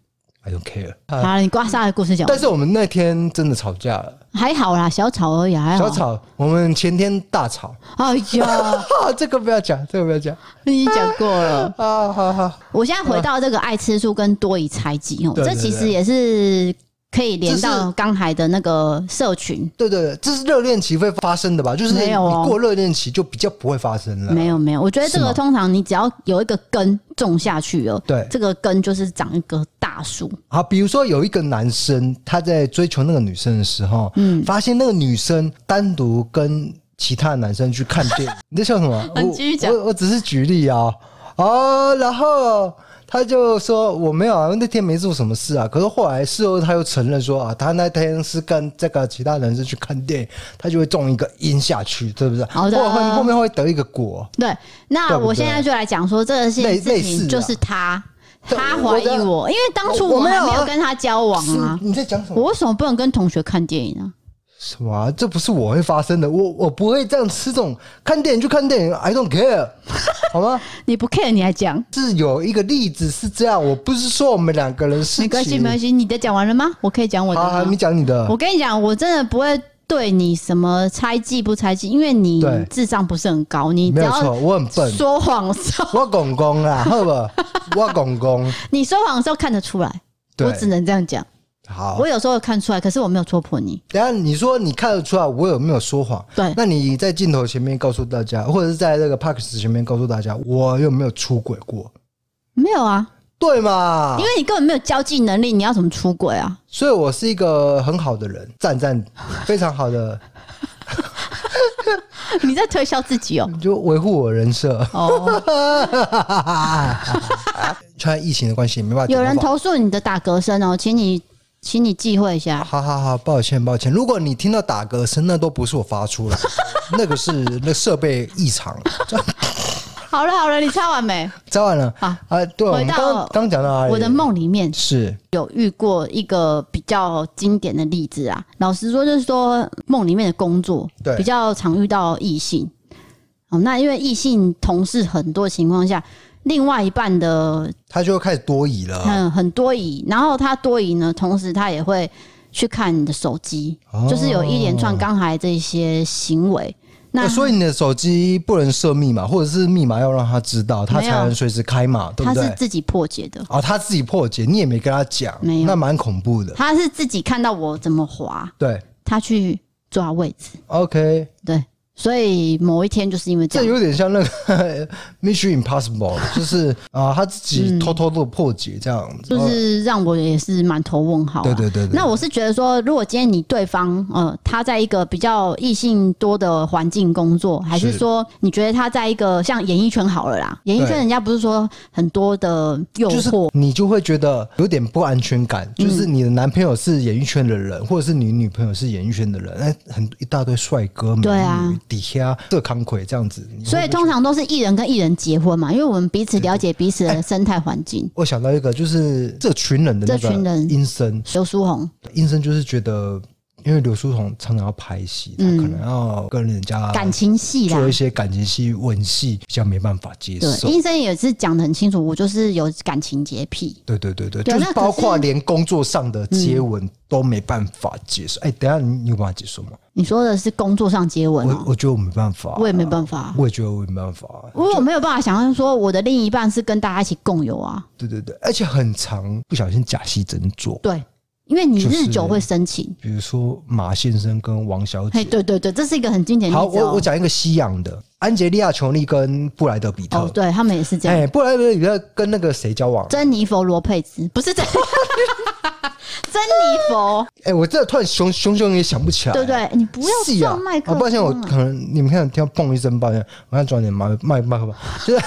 S1: don't care、
S2: 好了，你刮痧的故事讲完
S1: 但，是我们那天真的吵架了，
S2: 还好啦，小吵而已，还好。
S1: 小。吵，我们前天大
S2: *laughs*
S1: 吵，
S2: 哎呀，
S1: 啊，这个不要讲，这个不要讲
S2: 你讲过了。
S1: 啊，好好，
S2: 我现在回到这个爱吃醋跟多疑猜忌哦，
S1: 对对
S2: 这其实也是可以连
S1: 这
S2: 到
S1: 是
S2: 刚才的那个社群。
S1: 对对对，这是热恋期会发生的吧？就是
S2: 没
S1: 你
S2: 有哦
S1: 过热恋期就比较不会发生了，
S2: 没有没有，我觉得这
S1: 是吗
S2: 个通常你只要有一个根种下去了，
S1: 对
S2: 这个根就是长一棵大树。
S1: 好，比如说有一个男生他在追求那个女生的时候，嗯，发现那个女生单独跟其他男生去看电影， *laughs* 你在笑什
S2: *laughs*
S1: 么？
S2: 嗯
S1: 我
S2: 继续讲
S1: 我我只是举例啊、哦，然后他就说我没有啊，那天没做什么事啊。可是后来事后他又承认说啊，他那天是跟这个其他男生去看电影，他就会种一个因下去，对不对？
S2: 好的
S1: 后面后面会得一个果。
S2: 对，那
S1: 对不对
S2: 我现在就来讲说这件
S1: 类
S2: 事
S1: 类似啊
S2: 情，就是他，
S1: 对
S2: 他怀疑
S1: 我
S2: 我，因为当初
S1: 我我
S2: 我
S1: 没
S2: 还
S1: 有啊
S2: 没有跟他交往
S1: 是
S2: 啊，
S1: 你在讲什么
S2: 我？为什么不能跟同学看电影呢、
S1: 什么、啊？这不是我会发生的，我我不会这样吃这种看电影就看电影，I don't care，好 *laughs* 吗？
S2: 你不 care 你还讲，
S1: 是有一个例子是这样，我不是说我们两个人是
S2: 没关系没关
S1: 系，
S2: 系，你的讲完了吗？我可以讲我的
S1: 好好，
S2: 吗
S1: 你？讲你的
S2: 我，跟你讲，我真的不会对你什么猜忌不猜忌，因为你
S1: 对
S2: 智商不是很高，你
S1: 没
S2: 只
S1: 有错，
S2: 要
S1: 我很笨，
S2: 说谎的时候， *laughs*
S1: 我公公啦，好不好？我公公，
S2: 你说谎的时候看得出来，
S1: 对
S2: 我只能这样讲。
S1: 好
S2: 我。有时候看出来，可是我没有戳破你。
S1: 等一下你说你看得出来我有没有说谎？
S2: 对
S1: 那你在镜头前面告诉大家，或者是在这个 p a r k s 前面告诉大家，我有没有出轨过？
S2: 没有啊，
S1: 对嘛？
S2: 因为你根本没有交际能力，你要怎么出轨啊？ *laughs*
S1: 所以我是一个很好的人，赞赞，非常好的，
S2: 你在推销自己哦。
S1: 就维护我人设。
S2: *laughs*
S1: *laughs*
S2: 哦，
S1: 穿疫情的关系，没办法剪头
S2: 有
S1: 发。
S2: 人投诉你的打嗝声哦，请你，请你忌讳一下。
S1: 好好好，抱歉抱歉。如果你听到打嗝声，那都不是我发出来
S2: *laughs*
S1: 的，那个是那设备异常。
S2: 好了好了，你擦完没？
S1: 再完
S2: *laughs*
S1: 了
S2: 好
S1: 啊对，我
S2: 回
S1: 们
S2: 到
S1: 刚刚讲到哪里？
S2: 我的梦里面
S1: 是
S2: 有遇过一个比较经典的例子啊。老实说，就是说梦里面的工作
S1: 对，
S2: 比较常遇到异性。哦，那因为异性同事很多情况下，另外一半的
S1: 他就开始多疑了。
S2: 嗯，很多疑，然后他多疑呢，同时他也会去看你的手机，
S1: 哦
S2: 就是有一连串刚才这些行为。那、
S1: 那所以你的手机不能设密码，或者是密码要让他知道，他
S2: 没
S1: 才
S2: 有
S1: 能随时开嘛，对
S2: 他
S1: 不
S2: 是
S1: 对？
S2: 自己破解的，
S1: 哦，他自己破解，你也没跟他讲
S2: 没，有
S1: 那蛮恐怖的。
S2: 他是自己看到我怎么滑，
S1: 对
S2: 他去抓位置，
S1: ，OK，
S2: 对。所以某一天就是因为这
S1: 这
S2: 样，
S1: 有点像那个 *laughs* Mission Impossible，就是啊、他自己偷偷的破解这样子。
S2: 嗯
S1: 哦
S2: 就是让我也是满头问号、啊。
S1: 对对对对
S2: 那我是觉得说，如果今天你对方呃，他在一个比较异性多的环境工作，还是
S1: 是
S2: 说你觉得他在一个像演艺圈好了啦？演艺圈
S1: 对
S2: 人家不是说很多的诱惑，
S1: 就是你就会觉得有点不安全感，
S2: 嗯
S1: 就是你的男朋友是演艺圈的人，或者是你女朋友是演艺圈的人，那很一大堆帅哥美
S2: 对啊
S1: 女底下这康奎这样子，你会
S2: 所以通常都是艺人跟艺人结婚嘛，因为我们彼此了解彼此的生态环境。
S1: 我想到一个，就是这群人的那
S2: 这群
S1: 个
S2: 人
S1: 阴森，
S2: 刘书红，
S1: 阴森就是觉得，因为刘书彤常常要拍戏，他
S2: 嗯
S1: 可能要跟人家
S2: 感情戏啦
S1: 做一，些感情戏、吻戏，比较没办法接受
S2: 对，。医生也是讲的很清楚，我就是有感情洁癖。
S1: 对对对对，
S2: 对啊
S1: 就
S2: 那
S1: 是
S2: 可
S1: 包括
S2: 是
S1: 连工作上的接吻都没办法接受。哎、等一下你你有办法接受吗？
S2: 你说的是工作上接吻
S1: 我
S2: 哦、
S1: 我觉得我没办法，啊
S2: 我也没办法，啊
S1: 我也觉得我没办法。啊
S2: 因为我没有办法想象说我的另一半是跟大家一起共有啊。
S1: 对对对，而且很长，不小心假戏真做。
S2: 对，因为你
S1: 就是
S2: 日久会生情。
S1: 比如说马先生跟王小
S2: 嘿，
S1: 姐。
S2: 哎对对对，这是一个很经典的
S1: 好，
S2: 例子、
S1: 我我
S2: 哦。
S1: 讲一个西洋的，安吉丽亚·裘丽跟布莱德·比特。
S2: 哦，对他们也是这
S1: 哎
S2: 样。
S1: 哎，布莱德·比特跟那个谁交往？ *laughs*
S2: 珍妮佛罗佩兹不是珍，珍珍妮佛，
S1: 哎、我这突然熊熊熊也想不起来，
S2: 对不对？你不要
S1: 哎戏啊
S2: 撞麦！克
S1: 啊，抱歉，我
S2: 风啊！
S1: 可能你们看听到砰一声，抱歉，我要转点麦麦麦克风，就是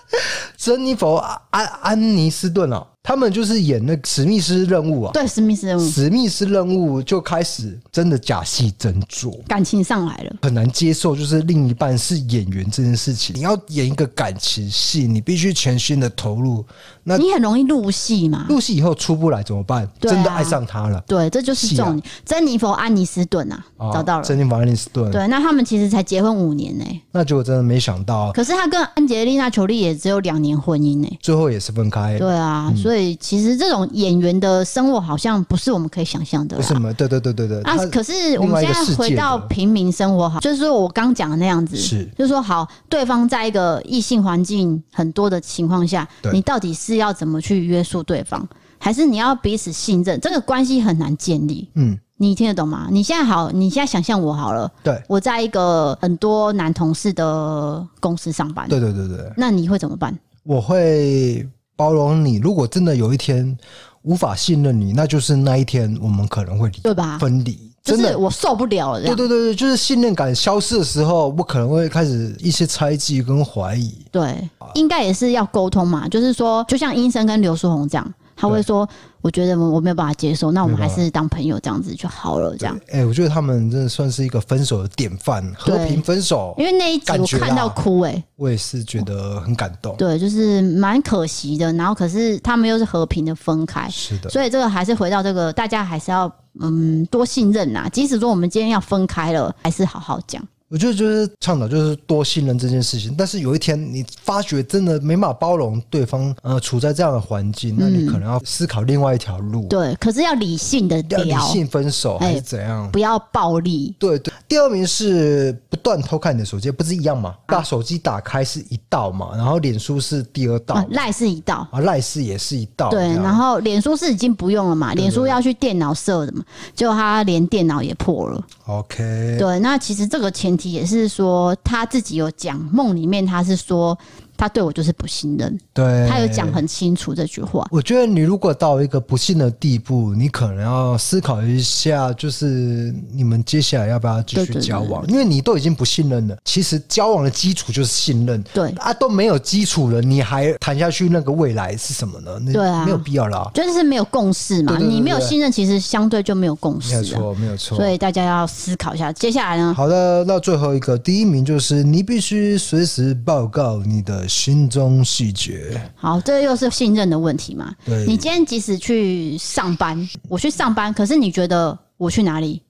S1: *laughs* 珍妮佛安安妮斯顿哦，他们就是演那个史密斯任务啊，
S2: 对，史密斯任务
S1: 史密斯任务就开始真的假戏真做。
S2: 感情上来了，
S1: 很难接受，就是另一半是演员这件事情。你要演一个感情戏，你必须全心的投入。
S2: 嗯
S1: 那
S2: 你很容易入戏嘛。
S1: 入戏以后出不来怎么办？
S2: 对啊
S1: 真的爱上他了。
S2: 对，这就是
S1: 戏啊
S2: 重点。珍妮佛·安妮斯顿啊，
S1: 啊
S2: 找到了。
S1: 珍妮法安妮斯顿。
S2: 对，那他们其实才结婚五年呢、
S1: 那结果真的没想到，
S2: 可是他跟安杰丽娜·裘丽也只有两年婚姻呢、
S1: 最后也是分开。
S2: 对啊，所以其实这种演员的生活好像不是我们可以想象的
S1: 为
S2: 啦。
S1: 什么？对对对对对，
S2: 啊
S1: 他，
S2: 可是我们现在回到平民生活好，就是说我刚讲的那样子，
S1: 是
S2: 就是说好，对方在一个异性环境很多的情况下
S1: 对，
S2: 你到底是要怎么去约束对方，还是你要彼此信任？这个关系很难建立。
S1: 嗯，
S2: 你听得懂吗？你现在好，你现在想象我好了，
S1: 对
S2: 我在一个很多男同事的公司上班，
S1: 对对对对，
S2: 那你会怎么办？
S1: 我会包容你。如果真的有一天无法信任你，那就是那一天我们可能会离
S2: 对吧
S1: 分离。
S2: 就
S1: 真的
S2: 是，我受不了了，这
S1: 对
S2: 样
S1: 对对对，就是信任感消失的时候，我可能会开始一些猜忌跟怀疑。
S2: 对，应该也是要沟通嘛。就是说，就像医生跟刘书红这样，他会说：“我觉得我没有办法接受，那我们还是当朋友这样子就好了。”这样，
S1: 哎、我觉得他们真的算是一个分手的典范，和平分手
S2: 因。为那一集
S1: 感
S2: 我
S1: 觉啦
S2: 看到哭哎、
S1: 我也是觉得很感动。
S2: 对，就是蛮可惜的。然后可是他们又是和平的分开，
S1: 是的，
S2: 所以这个还是回到这个，大家还是要嗯多信任呐。即使说我们今天要分开了，还是好好讲。
S1: 我觉得就是倡导就是多信任这件事情。但是有一天你发觉真的没法包容对方，呃，处在这样的环境，那你可能要思考另外一条路，
S2: 嗯对，可是要理性的
S1: 要理
S2: 聊，
S1: 性分手还是
S2: 哎
S1: 怎样？
S2: 不要暴力。
S1: 对对，第二名是不断偷看你的手机，不是一样吗？
S2: 啊
S1: 把手机打开是一道嘛，然后脸书是第二道
S2: 啊
S1: 嘛，，
S2: 赖是一道，
S1: 啊，赖是也是一道，
S2: 对，
S1: 这样
S2: 然后脸书是已经不用了嘛，脸书要去电脑设的嘛，结果他连电脑也破了。
S1: OK，
S2: 对，那其实这个前提也是说他自己有讲，梦里面他是说他对我就是不信任，
S1: 对，
S2: 他有讲很清楚这句话。
S1: 我觉得你如果到一个不幸的地步，你可能要思考一下，就是你们接下来要不要继续
S2: 对对对
S1: 交往？因为你都已经不信任了。其实交往的基础就是信任，
S2: 对
S1: 啊，都没有基础了，你还谈下去，那个未来是什么呢？那
S2: 对啊
S1: 没有必要啦。
S2: 就是没有共识嘛，
S1: 对对对
S2: 你没有
S1: 对
S2: 信任，其实相对就没有共
S1: 没有
S2: 识啊。
S1: 错，没有错。
S2: 所以大家要思考一下，接下来呢？
S1: 好的，那最后一个，第一名就是你必须随时报告你的心中细节。
S2: 好，这又是信任的问题嘛。
S1: 对，
S2: 你今天即使去上班，我去上班，可是你觉得我去哪里？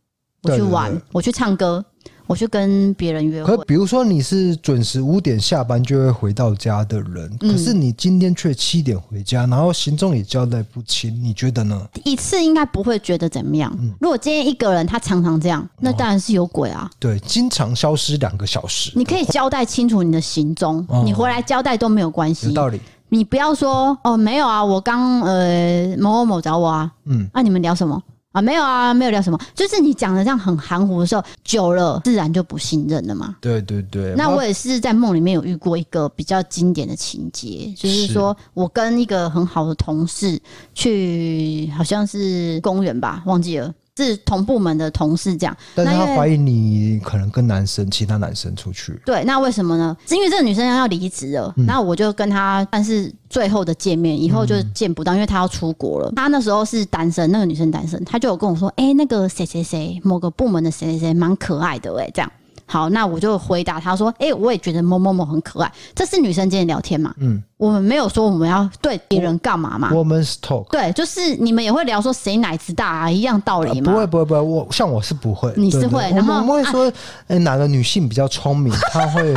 S2: 我
S1: 对
S2: 去
S1: 对
S2: 玩，
S1: 对
S2: 我去唱歌，我去跟别人约会
S1: 可。比如说你是准时五点下班就会回到家的人，
S2: 嗯
S1: 可是你今天却七点回家，然后行踪也交代不清，你觉得呢？
S2: 一次应该不会觉得怎么样。
S1: 嗯
S2: 如果今天一个人他常常这
S1: 哦
S2: 样，那当然是有鬼啊！
S1: 对，经常消失两个小时，
S2: 你可以交代清楚你的行踪，
S1: 哦
S2: 你回来交代都没有关
S1: 有
S2: 系。
S1: 道理。
S2: 你不要说哦，没有啊，我刚呃某某某找我啊，
S1: 嗯
S2: 嗯，啊你们聊什么？啊，没有啊，没有聊什么，就是你讲的这样很含糊的时候，久了自然就不信任了嘛。
S1: 对对对，
S2: 那我也是在梦里面有遇过一个比较经典的情节，就是说我跟一个很好的同事去，好像是公园吧，忘记了，是同部门的同事这样。
S1: 但是
S2: 那
S1: 他
S2: 因为
S1: 怀疑你可能跟男生、其他男生出去，
S2: 对，那为什么呢？是因为这个女生要离职了，
S1: 嗯
S2: 那我就跟她，但是最后的见面以后就
S1: 嗯
S2: 见不到，因为她要出国了。她那时候是单身，那个女生单身，她就有跟我说：“哎、那个谁谁谁，某个部门的谁谁谁蛮可爱的、哎，这样。”好，那我就回答她说：“哎、我也觉得某某某很可爱。”这是女生间的聊天嘛？
S1: 嗯
S2: 嗯，我们没有说我们要对别人干嘛嘛？
S1: Woman's talk。
S2: 对，就是你们也会聊说谁奶子大啊，一样道
S1: 啊
S2: 理嘛。
S1: 不会不会不会，我像我是不会，
S2: 你是
S1: 对对
S2: 会
S1: 我
S2: 然
S1: 们
S2: 后啊
S1: 我们会说，哎，哪个女性比较聪明，她
S2: *laughs*
S1: 会，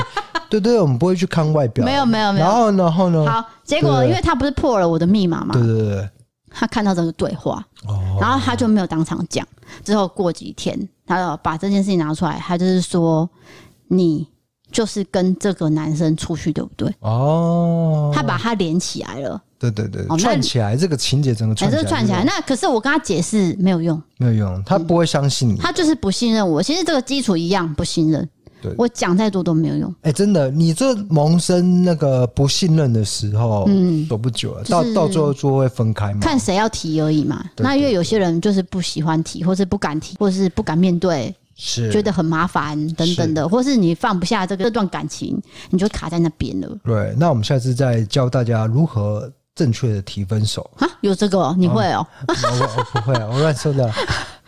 S1: 对对，我们不会去看外表，
S2: 没有没有没有
S1: 然后呢然后呢？
S2: 好，结果
S1: 对
S2: 因为她不是破了我的密码嘛
S1: 对，对对，对
S2: 她看到这个对话，
S1: 哦，
S2: 然后他就没有当场讲。之后过几天，他就把这件事情拿出来，他就是说你就是跟这个男生出去，对不对？
S1: 哦，
S2: 他把他连起来了，
S1: 对对对，
S2: 哦那
S1: 串起来这个情节整个
S2: 哎，
S1: 串起来，
S2: 这个串起来。嗯那可是我跟他解释没有用，
S1: 没有用，他不会相信你。
S2: 他就是不信任我。其实这个基础一样不信任。
S1: 对
S2: 我讲再多都没有用。
S1: 哎、真的，你这萌生那个不信任的时候，
S2: 嗯
S1: 躲不久了，
S2: 就
S1: 到
S2: 是
S1: 到最后就会分开嘛。
S2: 看谁要提而已嘛。
S1: 对
S2: 那因为有些人就是不喜欢提，或是不敢提，或是不敢面对，
S1: 是
S2: 觉得很麻烦等等的，或是你放不下这个这段感情，你就卡在那边了
S1: 对。那我们下次再教大家如何正确的提分
S2: *laughs*
S1: 手。
S2: 啊。有这个哦你会哦？
S1: 我我不会啊，我乱
S2: *laughs*
S1: 说的啊。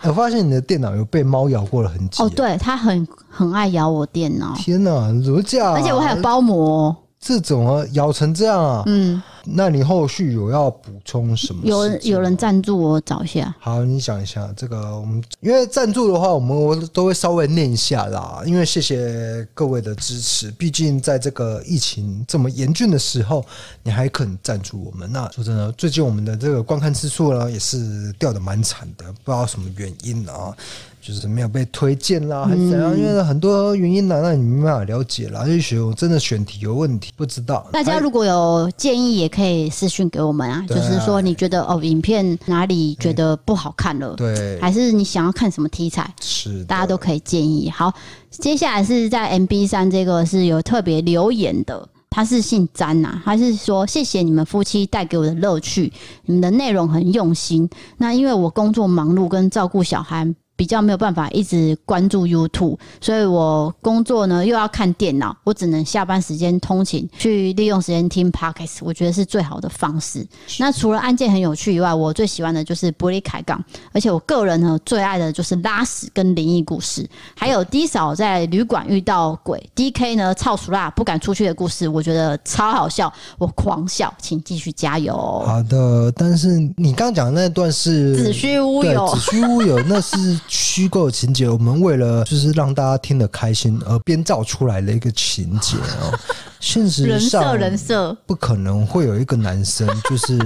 S1: 我发现你的电脑有被猫咬过的痕迹。
S2: 哦，，对他很很爱咬我电脑，
S1: 天哪，怎么这样啊？
S2: 而且我还有包膜哦。
S1: 这怎么咬成这样啊？
S2: 嗯，
S1: 那你后续有要补充什么事情
S2: 有
S1: 吗？
S2: 人有人赞助我找一下。
S1: 好，你想一下这个，我们因为赞助的话，我们我都会稍微念一下啦，因为谢谢各位的支持。毕竟在这个疫情这么严峻的时候，你还肯赞助我们，那说真的，最近我们的这个观看次数呢，也是掉的蛮惨的，不知道什么原因啊。就是没有被推荐啦，还是怎样？因为很多原因啦，那你没办法了解啦。也许我真的选题有问题，不知道。哎
S2: 大家
S1: 还
S2: 如果有建议，也可以私讯给我们啊。
S1: 对
S2: 就
S1: 啊
S2: 是说，你觉得哦，影片哪里觉得不好看了，
S1: 对
S2: 还是你想要看什么题材？
S1: 是的
S2: 大家都可以建议。好，接下来是在 MB 三这个是有特别留言的，他是姓詹呐、他是说谢谢你们夫妻带给我的乐趣，你们的内容很用心。那因为我工作忙碌跟照顾小孩。比较没有办法一直关注 YouTube，所以我工作呢又要看电脑，我只能下班时间通勤去利用时间听 Podcast，我觉得是最好的方式。那除了案件很有趣以外，我最喜欢的就是玻璃开杠，而且我个人呢最爱的就是拉屎跟灵异故事，还有 D 嫂在旅馆遇到鬼，DK 呢操熟辣不敢出去的故事，我觉得超好笑，我狂笑，请继续加油，
S1: 好的，但是你刚刚讲的那段是
S2: 子虚乌
S1: 对，
S2: 有
S1: 子。虚乌有，那是虚构的情节。我们为了就是让大家听得开心而编造出来的一个情节
S2: *laughs*
S1: 哦。现实
S2: 人设
S1: 上
S2: 人设，
S1: 不可能会有一个男生就是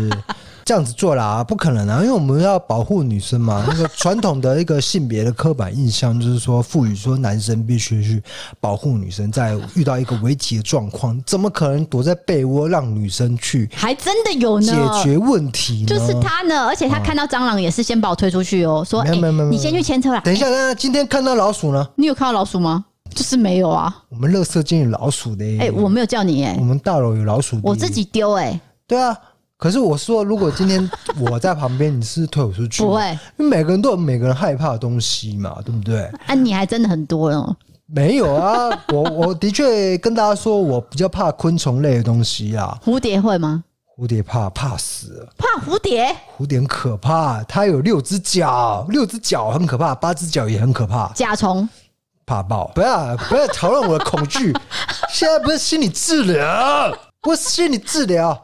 S1: 这样子做啦，不可能啊，因为我们要保护女生嘛。
S2: *laughs*
S1: 那个传统的一个性别的刻板印象就是说，赋予说男生必须去保护女生，在遇到一个危急的状况，怎么可能躲在被窝让女生去
S2: 还真的有
S1: 解
S2: 呢。
S1: 决问题呢？
S2: 就是他呢，而且他看到蟑螂也是先把我推出去哦，说：“
S1: 没
S2: 哎、
S1: 有没有没有
S2: 你先去牵车啦。
S1: 等一下，那今天看到老鼠呢？
S2: 你有看到老鼠吗？就是没有啊。
S1: 我们乐色间有老鼠的、欸。
S2: 哎、我没有叫你哎、
S1: 我们大楼有老鼠的
S2: 我自己丢哎、
S1: 对啊。可是我说，如果今天我在旁边，你是不是推我出去？
S2: 不，会。
S1: 因为每个人都有每个人害怕的东西嘛，对不对？
S2: 啊，你还真的很多哦。
S1: 没有
S2: *laughs*
S1: 啊，我我的确跟大家说，我比较怕昆虫类的东西啊，
S2: 蝴蝶会吗？
S1: 蝴蝶怕怕死了，
S2: 怕蝴蝶？
S1: 蝴蝶很可怕，它有六只脚，六只脚很可怕，八只脚也很可怕。
S2: 甲虫？
S1: 怕爆！不要不要讨论我的恐惧，现在不是心理治疗，不是心理治疗。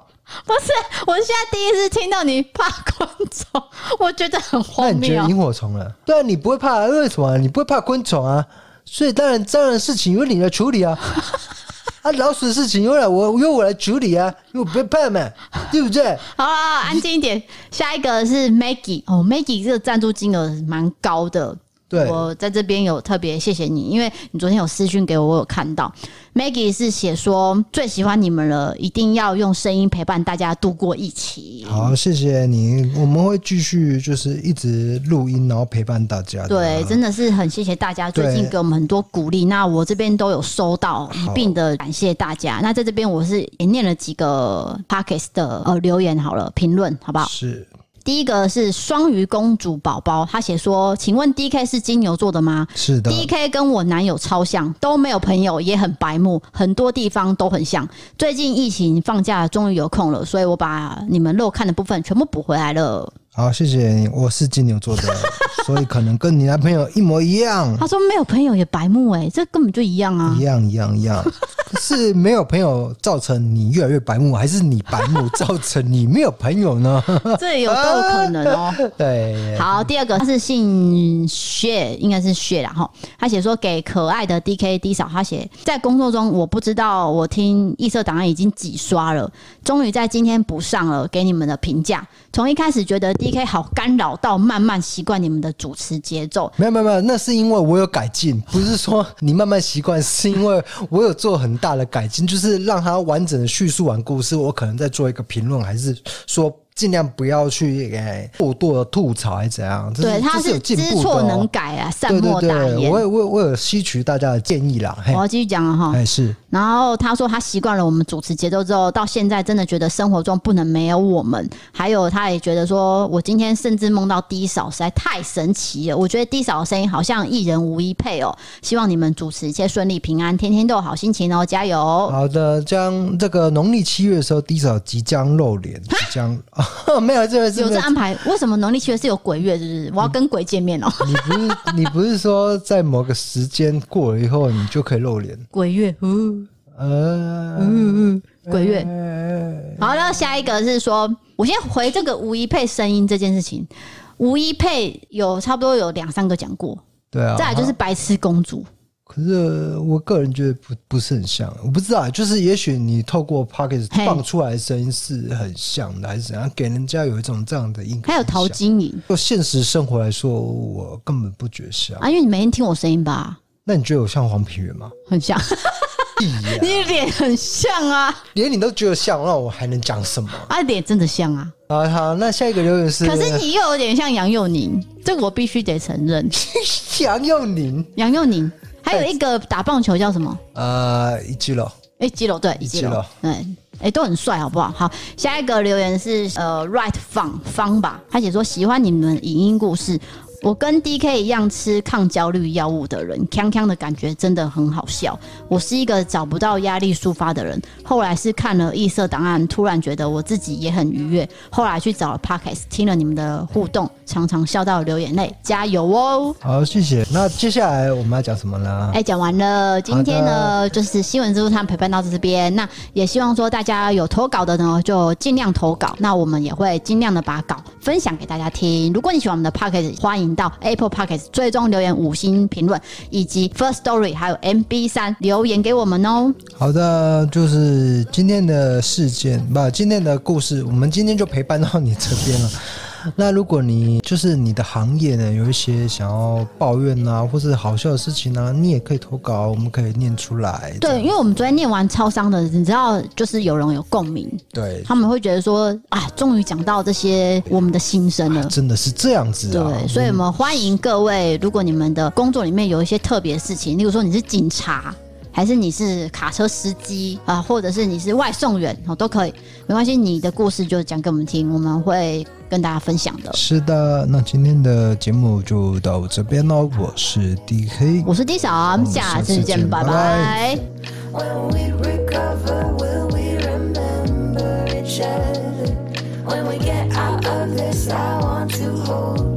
S2: 不是，我现在第一次听到你怕昆虫， *laughs* 我觉得很
S1: 那
S2: 荒
S1: 你觉
S2: 谬
S1: 得。萤火虫呢？对啊，你不会怕，因为什么？你不会怕昆虫啊，所以当然当然事情由你来处理 *laughs* 啊。啊，老鼠的事情由来我由我来处理啊，因为我不会怕嘛，对不对？
S2: 好啦，安静一点。下一个是 Maggie 哦，Maggie 这个赞助金额蛮高的。
S1: 对
S2: 我在这边有特别谢谢你，因为你昨天有私讯给我，我有看到 Maggie 是写说最喜欢你们了，一定要用声音陪伴大家度过疫情。
S1: 好，谢谢你，我们会继续就是一直录音，然后陪伴大家的。
S2: 对，真的是很谢谢大家
S1: 对
S2: 最近给我们很多鼓励，那我这边都有收到，一并的感谢大家。那在这边我是也念了几个 pockets 的呃留言好了，评论好不好？
S1: 是
S2: 第一个是双鱼公主宝宝，她写说：“请问 D K 是金牛座的吗？”
S1: 是的，
S2: D K 跟我男友超像，都没有朋友，也很白目，很多地方都很像。最近疫情放假，终于有空了，所以我把你们漏看的部分全部补回来了。
S1: 好，谢谢你，我是金牛座 *laughs* 的，所以可能跟你男朋友一模一样。
S2: 他说没有朋友也白目、欸，哎，这根本就一样啊
S1: 一。样一样一
S2: *laughs*
S1: 样，可是没有朋友造成你越来越白目，还是你白
S2: *laughs*
S1: 目造成你没有朋友呢？
S2: 这有都有可能哦、
S1: *laughs* 对，
S2: 好，第二个他是姓谢，应该是谢啦哈。他写说给可爱的 D K D 嫂，他写在工作中我不知道我听异色档案已经几刷了，终于在今天补上了给你们的评价。从一开始觉得 D K 好干扰，到慢慢习惯你们的主持节奏。
S1: 没有没有没有，那是因为我有改进，不是说你慢慢习惯，是因为我有做很大的改进，就是让他完整的叙述完故事，我可能再做一个评论，还是说尽量不要去诶过度的吐槽，还是怎样？这
S2: 对，他
S1: 这是有进
S2: 知
S1: 步的
S2: 错
S1: 哦
S2: 能改啊，善
S1: 对
S2: 莫
S1: 对
S2: 大
S1: 对，
S2: 焉。哦
S1: 我有我有我有吸取大家的建议啦，嘿
S2: 我，要继续讲了哈。
S1: 哎是，
S2: 然后他说他习惯了我们主持节奏之后，到现在真的觉得生活中不能没有我们。还有他也觉得说，我今天甚至梦到低嫂，实在太神奇了。我觉得低嫂的声音好像一人无一配哦。希望你们主持一切顺利平安，天天都有好心情哦，加油！
S1: 好的，将这个农历七月的时候，低潮即将露脸，即将 *laughs* 没有这个这
S2: 有这
S1: 个，
S2: 安排，为什么农历七月是有鬼月？是不是？我要跟鬼见面哦。
S1: 你不是你不是说在某个时间过了以后，你就可以露脸？
S2: 鬼月，呜
S1: 呃，
S2: 嗯嗯，鬼月。
S1: 呃
S2: 好，那下一个是说，我先回这个吴一佩声音这件事情。吴一佩有差不多有两三个讲过，
S1: 对啊，
S2: 再来就是白痴公主，
S1: 可是我个人觉得不不是很像，我不知道，就是也许你透过 p o c k e t
S2: 嘿
S1: 放出来的声音是很像的，还是怎样，给人家有一种这样的印象。
S2: 还有陶晶莹
S1: 就现实生活来说，我根本不觉得像。
S2: 啊，因为你每天听我声音吧，
S1: 那你觉得我像黄品源吗？
S2: 很像，
S1: 屁呀、 *laughs*
S2: 你脸很像啊，
S1: 连你都觉得像，那我还能讲什么？
S2: 啊脸真的像啊，
S1: 啊，好，那下一个留言是，啊
S2: 可是你又有点像杨佑宁，这个我必须得承认，
S1: *laughs* 杨佑宁，
S2: 杨佑宁，还有一个打棒球叫什么？
S1: 呃，一句了，
S2: 哎、基隆对，
S1: 基
S2: 基
S1: 隆
S2: 隆，嗯，哎、都很帅，好不好？好，下一个留言是呃，right 方方吧，他写说喜欢你们影音故事，我跟 D K 一样吃抗焦虑药物的人，康康的感觉真的很好笑。我是一个找不到压力抒发的人，后来是看了异色档案，突然觉得我自己也很愉悦，后来去找了 Podcast，听了你们的互动，常常笑到流眼泪，加油哦！
S1: 好，谢谢。那接下来我们要讲什么呢？
S2: 哎、讲完了，今天呢就是新闻之路他们陪伴到这边，那也希望说大家有投稿的呢就尽量投稿，那我们也会尽量的把稿分享给大家听。如果你喜欢我们的 p o c k e t 欢迎到 Apple p o c k e t 最终留言五星评论，以及 First Story 还有 MB 三留言给我们哦。
S1: 好的，就是今天的事件，不，今天的故事，我们今天就陪伴到你这边了。 *laughs* 那如果你就是你的行业呢，有一些想要抱怨啊，或是好笑的事情啊，你也可以投稿，我们可以念出来。这
S2: 对，
S1: 样
S2: 因为我们昨天念完超商的，你知道，就是有人有共鸣，
S1: 对，
S2: 他们会觉得说啊，终于讲到这些我们的心声了。
S1: 真的是这样子啊。
S2: 对，所以我们欢迎各位，如果你们的工作里面有一些特别的事情，例如说你是警察，还是你是卡车司机啊、或者是你是外送员哦，都可以，没关系，你的故事就讲给我们听，我们会跟大家分享的。
S1: 是的，那今天的节目就到这边喽。我是 DK，
S2: 我是 D 嫂，我们下次见，拜
S1: 拜拜
S2: 拜
S3: When we recover, will we remember each other? When we get out of this, I want to hold